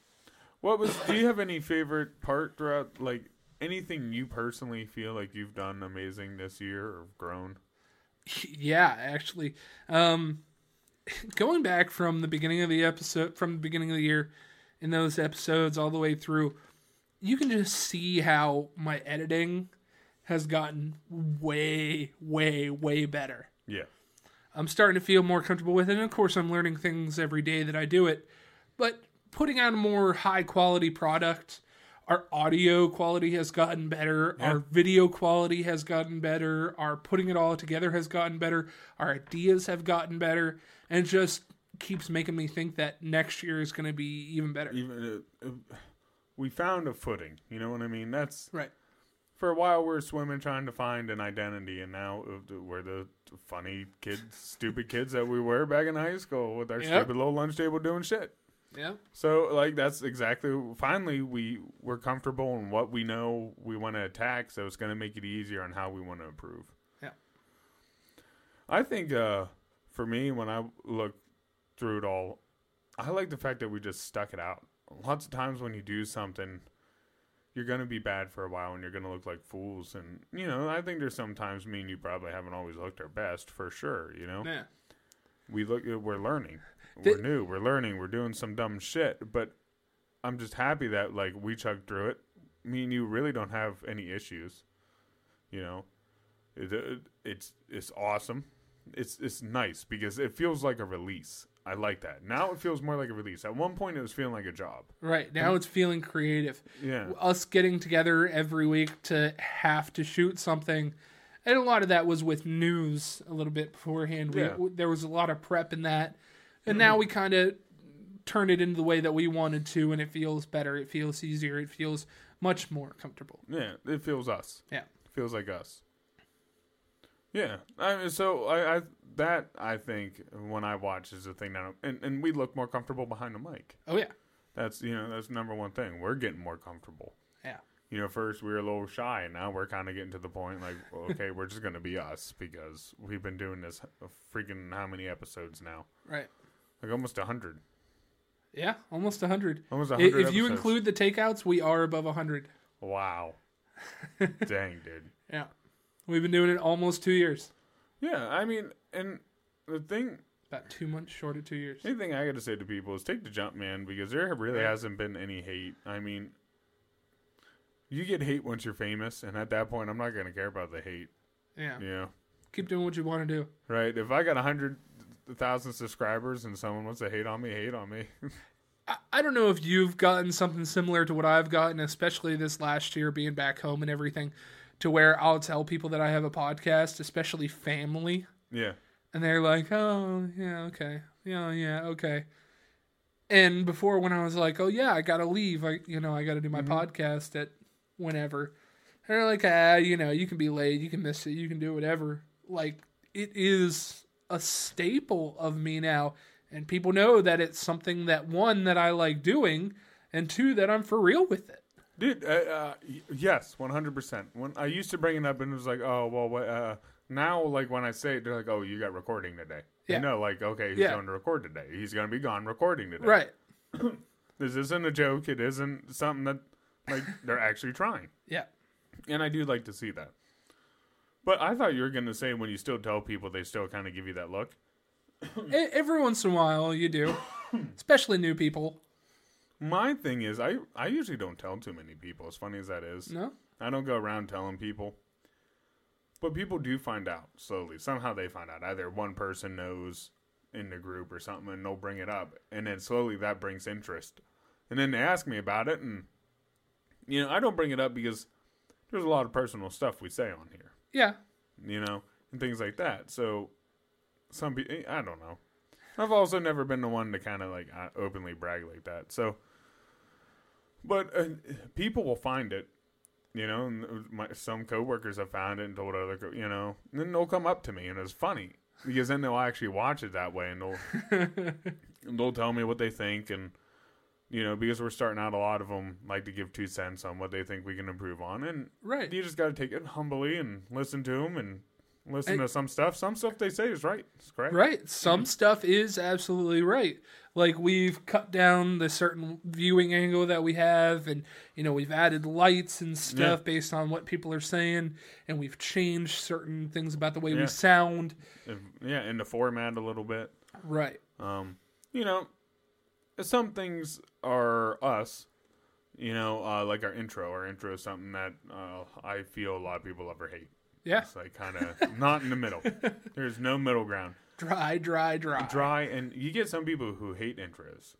what was? Do you have any favorite part throughout? Like anything you personally feel like you've done amazing this year or grown? yeah actually um going back from the beginning of the episode from the beginning of the year in those episodes all the way through you can just see how my editing has gotten way way way better Yeah. I'm starting to feel more comfortable with it. And of course, I'm learning things every day that I do it. But putting out a more high quality product, our audio quality has gotten better. Our video quality has gotten better. Our putting it all together has gotten better. Our ideas have gotten better. And it just keeps making me think that next year is going to be even better. Even uh, uh, we found a footing. You know what I mean? That's right. For a while, we were swimming trying to find an identity, and now uh, we're the funny kids, stupid kids that we were back in high school with our Yep. stupid little lunch table doing shit. Yeah. So like that's exactly finally we we're comfortable in what we know we want to attack, so it's going to make it easier on how we want to improve. Yeah. I think uh, for me, when I look through it all, I like the fact that we just stuck it out. Lots of times when you do something, you're going to be bad for a while and you're going to look like fools. And, you know, I think there's sometimes me and you probably haven't always looked our best for sure, you know? Yeah. We look, we're learning. Th- we're new. We're learning. We're doing some dumb shit. But I'm just happy that, like, we chugged through it. Me and you really don't have any issues, you know? It- it- it's it's awesome. It's it's nice because it feels like a release. I like that. Now it feels more like a release. At one point, it was feeling like a job. Right. Now it's feeling creative. Yeah. Us getting together every week to have to shoot something. And a lot of that was with news a little bit beforehand. We, Yeah. Mm-hmm. w- there was a lot of prep in that. And now we kind of turn it into the way that we wanted to, and it feels better. It feels easier. It feels much more comfortable. Yeah, it feels us. Yeah. feels like us. Yeah, I mean, so I, I that I think when I watch is the thing that, I'm- and and we look more comfortable behind the mic. Oh yeah, that's you know that's number one thing. We're getting more comfortable. Yeah. You know, first we were a little shy, and now we're kind of getting to the point like, well, okay, we're just gonna be us because we've been doing this a freaking how many episodes now? Right. Like almost a hundred. Yeah. Almost 100. Almost I- 100 If you episodes. include the takeouts, we are above 100. Wow. Dang, dude. Yeah. We've been doing it almost two years. Yeah, I mean, and the thing About two months short of two years. Anything I got to say to people is take the jump, man, because there really Yeah. hasn't been any hate. I mean, you get hate once you're famous, and at that point, I'm not going to care about the hate. Yeah. Yeah. Keep doing what you want to do. Right? If I got 100,000 subscribers and someone wants to hate on me, hate on me. I don't know if you've gotten something similar to what I've gotten, especially this last year being back home and everything, to where I'll tell people that I have a podcast, especially family, yeah. and they're like, oh, yeah, okay. Yeah, yeah, okay. And before, when I was like, oh, yeah, I got to leave, I, you know, I got to do my podcast at whenever. And they're like, ah, you know, you can be late, you can miss it, you can do whatever. Like, it is a staple of me now. And people know that it's something that, one, that I like doing, and two, that I'm for real with it. Dude, uh, uh, y- yes, 100%. When I used to bring it up and it was like, oh, well, what, uh, now, like, when I say it, they're like, oh, you got recording today. Yeah. You know, like, okay, he's Yeah. going to record today. He's going to be gone recording today. Right. this isn't a joke. It isn't something that like they're actually trying. Yeah. And I do like to see that. But I thought you were going to say when you still tell people, they still kind of give you that look. E- Every once in a while, you do, especially new people. My thing is, I I usually don't tell too many people. As funny as that is, No? I don't go around telling people. But people do find out slowly. Somehow they find out. Either one person knows, in the group or something, and they'll bring it up, and then slowly that brings interest, and then they ask me about it, and you know I don't bring it up because there's a lot of personal stuff we say on here, Yeah. you know, and things like that. So some people, I don't know. I've also never been the one to kind of like uh, openly brag like that. So, but uh, people will find it, you know. And uh, my, some coworkers have found it and told other, co- you know, and then they'll come up to me and it's funny because then they'll actually watch it that way and they'll and they'll tell me what they think and you know because we're starting out a lot of them like to give two cents on what they think we can improve on and right you just got to take it humbly and listen to them and listen And- to some stuff some stuff they say is right it's correct Right. Some stuff is absolutely right. Like we've cut down the certain viewing angle that we have and you know, we've added lights and stuff Yeah. based on what people are saying and we've changed certain things about the way Yeah. we sound. And- yeah in the format a little bit Right. um you know some things are us you know uh like our intro our intro is something that uh, i feel a lot of people love or hate Yeah. it's like kind of not in the middle there's no middle ground Dry, dry, dry. dry and you get some people who hate intros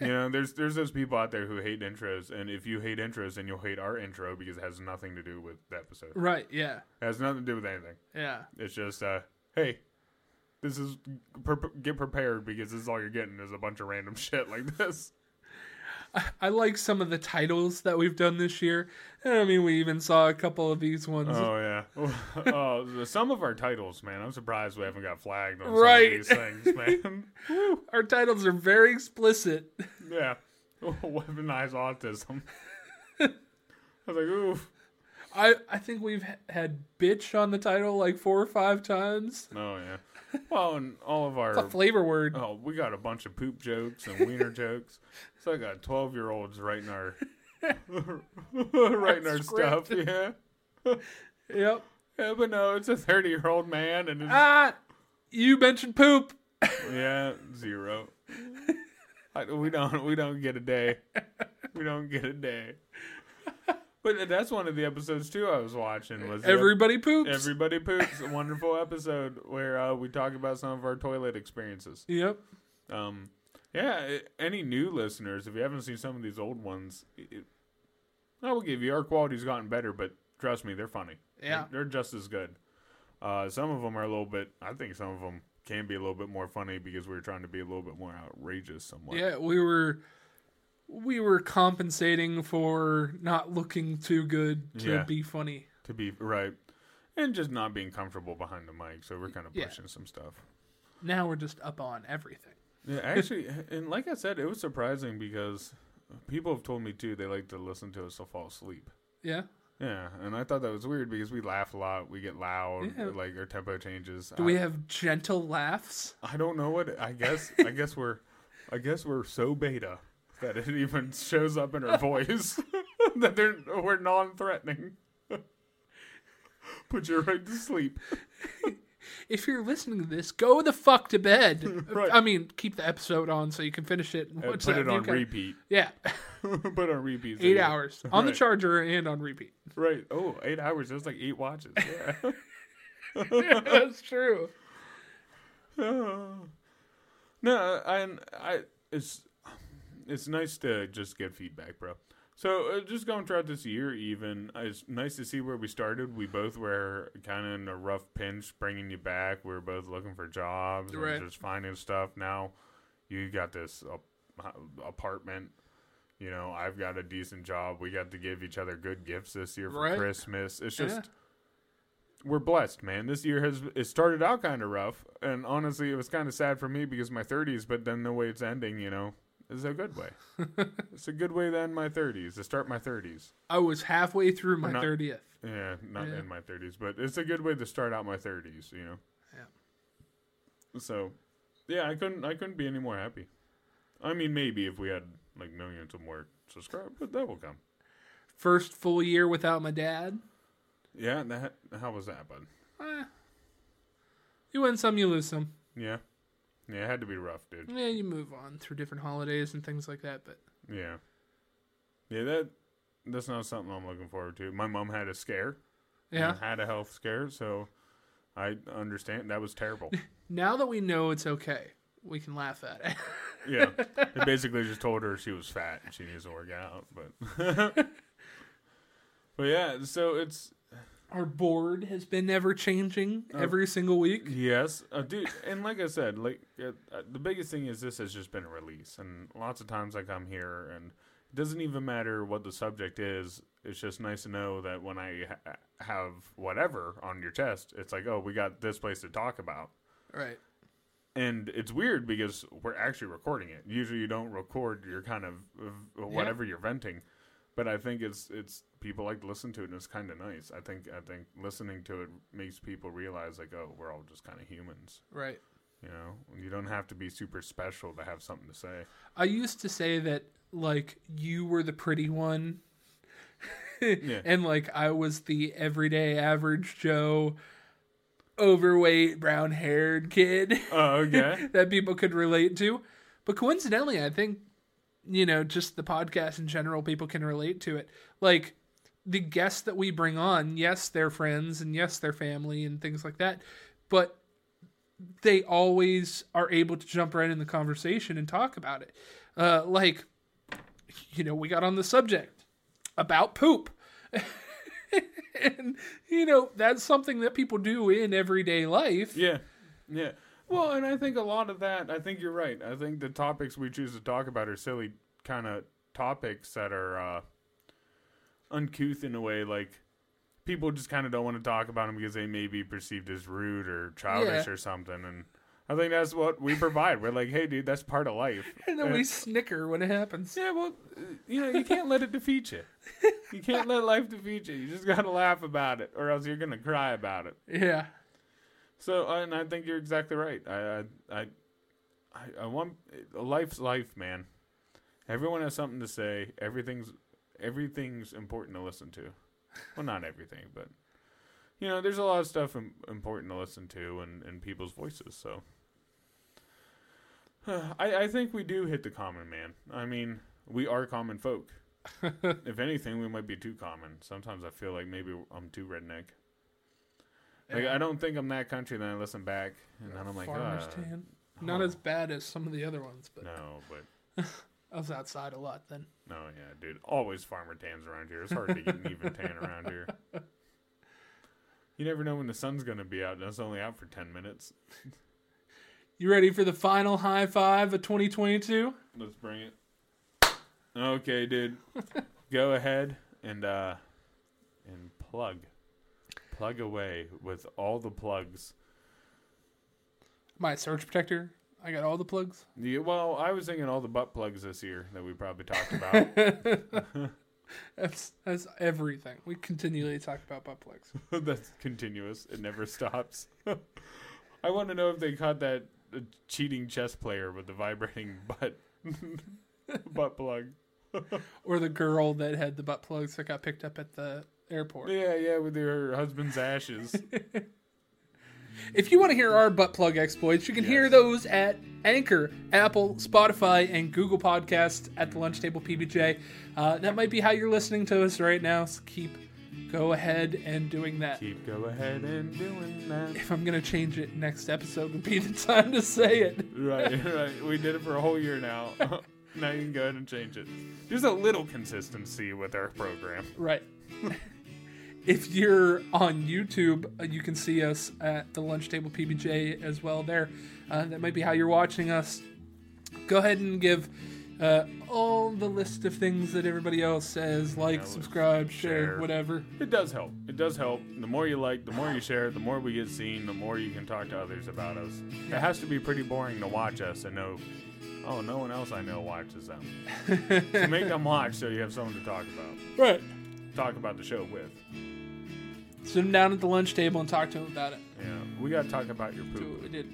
you know there's there's those people out there who hate intros and if you hate intros then you'll hate our intro because it has nothing to do with the episode Right, yeah. it has nothing to do with anything Yeah. it's just uh hey this is pre- get prepared because this is all you're getting is a bunch of random shit like this I like some of the titles that we've done this year. I mean, we even saw a couple of these ones. oh yeah oh the- some of our titles man i'm surprised we haven't got flagged on Right. some of these things man Our titles are very explicit. yeah weaponized autism i was like oof I, I think we've h- had bitch on the title like four or five times. Oh yeah. Well, and all of our It's a flavor word. Oh, we got a bunch of poop jokes and wiener jokes. So I got twelve year olds writing our writing our stuff. Script. Yeah. Yep. Yeah, but no, it's a thirty year old man and it's, Ah, you mentioned poop. yeah, zero. I, we don't we don't get a day. We don't get a day. But that's one of the episodes too. I was watching was the ep- Everybody poops. Everybody poops. A wonderful episode where uh, we talk about some of our toilet experiences. Yep. Um, yeah. i- Any new listeners, if you haven't seen some of these old ones, it, I will give you our quality's gotten better, but trust me, they're funny. Yeah. they're, they're just as good. Uh, some of them are a little bit. I think some of them can be a little bit more funny because we were trying to be a little bit more outrageous, somewhat. Yeah, we were we were compensating for not looking too good to Yeah. be funny. to be right, and just not being comfortable behind the mic. So we're kind of Yeah. pushing some stuff. Now we're just up on everything. Yeah, actually, and like I said, it was surprising because people have told me too they like to listen to us to fall asleep. Yeah. Yeah, and I thought that was weird because we laugh a lot, we get loud, Yeah. like our tempo changes. Do I, we have gentle laughs? I don't know what I guess. I guess we're, I guess we're so beta that it even shows up in our voice that they're we're non-threatening. Put you right to sleep. If you're listening to this, go the fuck to bed. Right. I mean, keep the episode on so you can finish it and And watch Uh, put that it on new guy. repeat. Yeah. Put on repeat. so Eight you- hours. On the Right. charger and on repeat. Right. Oh, eight hours. That's like eight watches. Yeah. Yeah, that's true. no, I, I, it's, it's nice to just get feedback, bro. So uh, just going throughout this year, even uh, it's nice to see where we started. We both were kind of in a rough pinch, bringing you back. We were both looking for jobs, and Right. just finding stuff. Now you got this ap- apartment. You know, I've got a decent job. We got to give each other good gifts this year for Right. Christmas. It's Yeah. just we're blessed, man. This year has it started out kind of rough, and honestly, it was kind of sad for me because my 30s. But then the way it's ending, you know, is a good way. it's a good way to end my 30s, to start my 30s. I was halfway through my not- 30th. Yeah, not Yeah. in my 30s, but it's a good way to start out my 30s. You know. Yeah. So, yeah, I couldn't. I couldn't be any more happy. I mean, maybe if we had like millions of more subscribers, but that will come. First full year without my dad. Yeah. That. How was that, bud? Eh. You win some, you lose some. Yeah. Yeah, it had to be rough, dude. Yeah, you move on through different holidays and things like that. But Yeah. Yeah, that that's not something I'm looking forward to. My mom had a scare. and Yeah. Had a health scare, so I understand that was terrible. now that we know it's okay, we can laugh at it. yeah. They basically just told her she was fat and she needs to work out, but But yeah, so it's our board has been ever changing uh, every single week. Yes, uh, dude, and like I said, like uh, the biggest thing is this has just been a release, and lots of times I come here, and it doesn't even matter what the subject is. It's just nice to know that when I ha- uh, have whatever on your chest, it's like, oh, we got this place to talk about. Right. And it's weird because we're actually recording it. Usually, you don't record your kind of whatever yeah. you're venting but I think it's it's people like to listen to it, and it's kind of nice. I think I think listening to it makes people realize like, oh, we're all just kind of humans, right? You know, you don't have to be super special to have something to say. I used to say that like you were the pretty one, yeah. and like I was the everyday average Joe. Overweight, brown haired kid. Oh, okay. that people could relate to. But coincidentally, I think you know, just the podcast in general, people can relate to it. Like the guests that we bring on, yes, they're friends and yes, they're family and things like that, but they always are able to jump right in the conversation and talk about it. Uh, like, you know, we got on the subject about poop. and, you know, that's something that people do in everyday life. Yeah. Yeah. Well, and I think a lot of that, I think you're right. I think the topics we choose to talk about are silly kind of topics that are uh, uncouth in a way. Like, people just kind of don't want to talk about them because they may be perceived as rude or childish yeah. or something. And I think that's what we provide. We're like, hey, dude, that's part of life. And then Uh, and we snicker when it happens. Yeah, well, you know, you can't let it defeat you. You can't let life defeat you. You just got to laugh about it, or else you're going to cry about it. Yeah. So, and I think you're exactly right. I, I, I, I want life's life, man. Everyone has something to say. Everything's everything's important to listen to. Well, not everything, but you know, there's a lot of stuff Im- important to listen to and in, in people's voices. So, I, I think we do hit the common man. I mean, we are common folk. if anything, we might be too common. Sometimes I feel like maybe I'm too redneck. Like, I don't think I'm that country. Then I listen back, and then I'm like, farmer's uh, tan. Not oh. as bad as some of the other ones, but no, but I was outside a lot then. No, oh, yeah, dude, always farmer tans around here. It's hard to get an even tan around here. You never know when the sun's gonna be out, and it's only out for ten minutes. You ready for the final high five of 2022? Let's bring it. Okay, dude, go ahead and uh and plug plug away with all the plugs. My surge protector. I got all the plugs. Yeah, well, I was thinking all the butt plugs this year that we probably talked about. that's that's everything. We continually talk about butt plugs. that's continuous. It never stops. I want to know if they caught that uh, cheating chess player with the vibrating butt butt plug. or the girl that had the butt plugs that got picked up at the airport. Yeah, yeah, with her husband's ashes. if you want to hear our butt plug exploits, you can yes. hear those at Anchor, Apple, Spotify, and Google Podcasts at the Lunch Table PBJ. Uh, that might be how you're listening to us right now. So keep go ahead and doing that. Keep go ahead and doing that. If I'm gonna change it next episode, would be the time to say it. right, right. We did it for a whole year now. now you can go ahead and change it. There's a little consistency with our program. Right. if you're on YouTube, uh, you can see us at the Lunch Table PBJ as well. There, uh, that might be how you're watching us. Go ahead and give uh, all the list of things that everybody else says: like, subscribe, share, share, whatever. It does help. It does help. The more you like, the more you share, the more we get seen, the more you can talk to others about us. It has to be pretty boring to watch us and know. Oh, no one else I know watches them. so make them watch so you have someone to talk about. Right talk about the show with. Sit him down at the lunch table and talk to him about it. Yeah, we gotta talk about your poop. Dude, we did.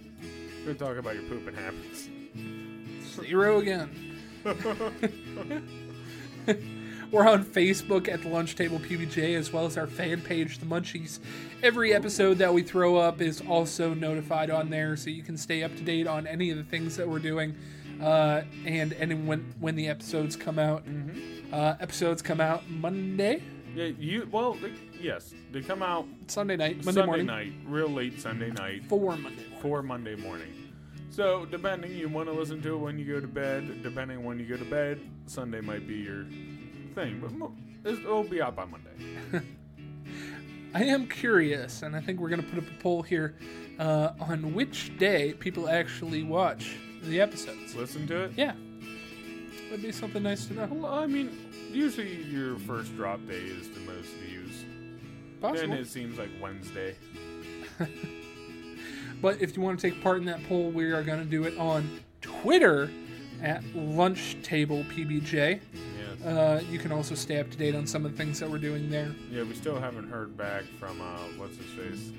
We're talk about your poop and habits. Zero again. We're on Facebook at the Lunch Table PBJ as well as our fan page, The Munchies. Every episode that we throw up is also notified on there, so you can stay up to date on any of the things that we're doing, uh, and and when when the episodes come out. Mm-hmm. Uh, episodes come out Monday. Yeah, you well, they, yes, they come out Sunday night, Monday Sunday morning, night, real late Sunday night, for Monday morning, for Monday morning. So, depending, you want to listen to it when you go to bed. Depending when you go to bed, Sunday might be your thing, but mo- it's- it'll be out by Monday. I am curious, and I think we're going to put up a poll here uh, on which day people actually watch the episodes. Listen to it? Yeah. That'd be something nice to know. Well, I mean, usually your first drop day is the most views. Possible. Then it seems like Wednesday. But if you want to take part in that poll, we are going to do it on Twitter at Lunch Table PBJ. Yes. Uh, you can also stay up to date on some of the things that we're doing there. Yeah, we still haven't heard back from uh, what's his face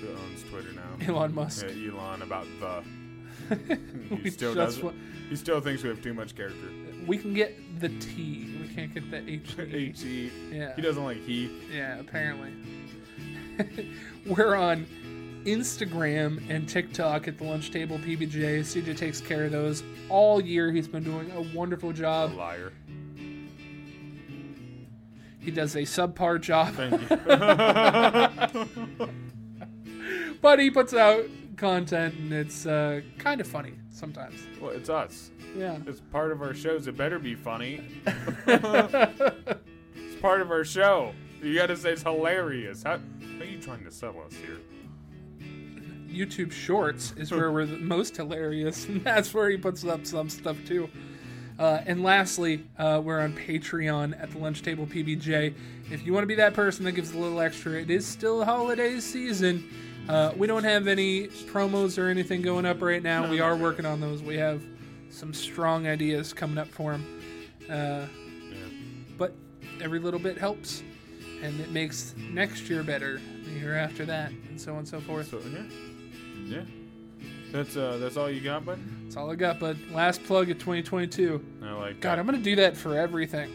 who owns Twitter now. Elon Musk. Yeah, Elon about the. he We still just does. wa- He still thinks we have too much character. We can get the T. We can't get the H. H E. Yeah. He doesn't like he. Yeah, apparently. We're on Instagram and TikTok at the lunch table PBJ. CJ takes care of those all year. He's been doing a wonderful job. liar. He does a subpar job. but he puts out content and it's uh, kind of funny sometimes. Well, it's us. Yeah. It's part of our shows. It better be funny. it's part of our show. You gotta say it's hilarious. How, how are you trying to sell us here? YouTube Shorts is where we're the most hilarious, and that's where he puts up some stuff too. Uh, and lastly, uh, we're on Patreon at the Lunch Table PBJ. If you want to be that person that gives a little extra, it is still holiday season. Uh, we don't have any promos or anything going up right now. we are working on those. We have some strong ideas coming up for them. Uh, But every little bit helps, and it makes next year better, the year after that, and so on and so forth. Yeah. That's uh, that's all you got, bud. That's all I got, bud. Last plug of 2022. I like God, I'm gonna do that for everything.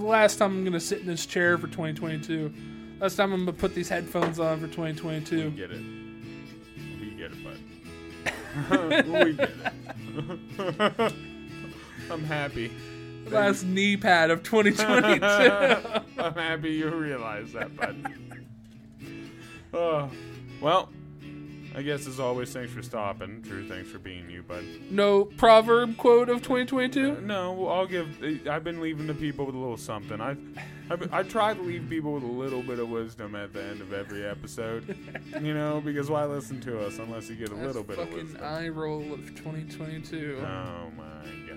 Last time I'm gonna sit in this chair for 2022. Last time I'm gonna put these headphones on for 2022. get it. We get it, bud. we get it. I'm happy. Last knee pad of 2022. I'm happy you realize that, bud. oh, well, I guess as always, thanks for stopping. Drew, thanks for being you, bud. no proverb quote of 2022. No, well, I'll give. I've been leaving the people with a little something. I, I, I try to leave people with a little bit of wisdom at the end of every episode. you know, because why listen to us unless you get a That's little bit of wisdom? fucking eye roll of 2022. Oh my god.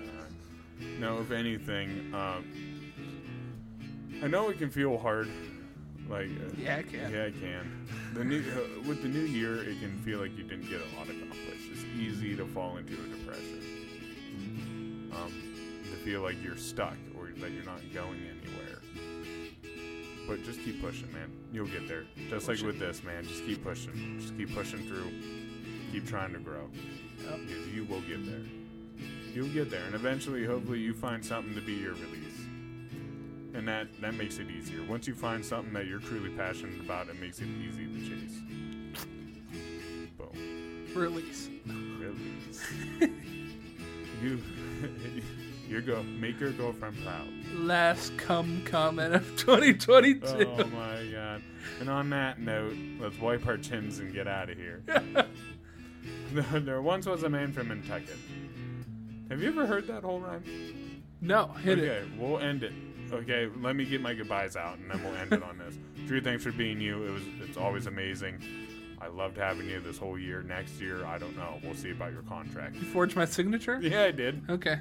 No, if anything, um, I know it can feel hard. Like uh, Yeah, it can. Yeah, it can. The new uh, with the new year, it can feel like you didn't get a lot accomplished. It's easy to fall into a depression. Um, to feel like you're stuck or that you're not going anywhere. But just keep pushing, man. You'll get there. Just like with this, man. Just keep pushing. Just keep pushing through. Keep trying to grow. Because you will get there. You'll get there, and eventually, hopefully, you find something to be your release. And that, that makes it easier. Once you find something that you're truly passionate about, it makes it easy to chase. Boom. Release. Release. you, you go. Make your girlfriend proud. Last come comment of 2022. Oh my god. And on that note, let's wipe our chins and get out of here. there once was a man from Nantucket. Have you ever heard that whole rhyme? No, hit okay, it. we'll end it. Okay, let me get my goodbyes out, and then we'll end it on this. Drew, thanks for being you. It was it's always amazing. I loved having you this whole year. Next year, I don't know. We'll see about your contract. You forged my signature? Yeah, I did. Okay.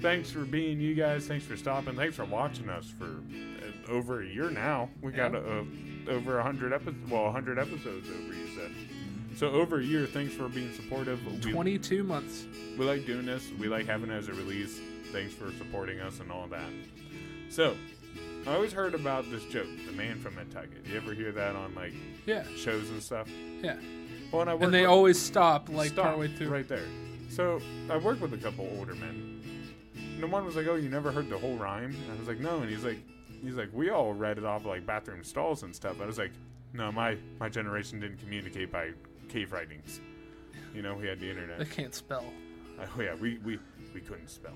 thanks for being you guys. Thanks for stopping. Thanks for watching us for uh, over a year now. We got uh, over 100 episodes. Well, 100 episodes over, you said. So over a year, thanks for being supportive. We- 22 months. we like doing this. We like having it as a release. Thanks for supporting us and all that. So, I always heard about this joke, the man from Nantucket. You ever hear that on like Yeah. shows and stuff? Yeah. Well, and I work And they with- always stop like Stop, partway through. right there. So I worked with a couple older men, and the one was like, "Oh, you never heard the whole rhyme?" And I was like, "No," and he's like, "He's like, we all read it off like bathroom stalls and stuff." I was like, "No, my my generation didn't communicate by cave writings. You know, we had the internet." They can't spell. Oh yeah, we, we, we couldn't spell.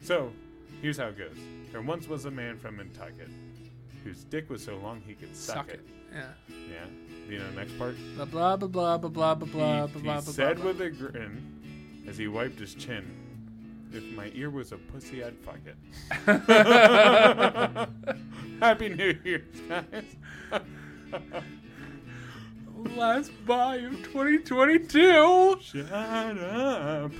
So, here's how it goes. There once was a man from Nantucket. whose dick was so long he could suck, Suck it. Yeah. Yeah. Do you know the next part? Blah blah blah blah blah blah blah blah he, blah blah. he said with a grin as he wiped his chin, "If my ear was a pussy, I'd fuck it." Happy New Year's, guys. Last buy of 2022. Shut up.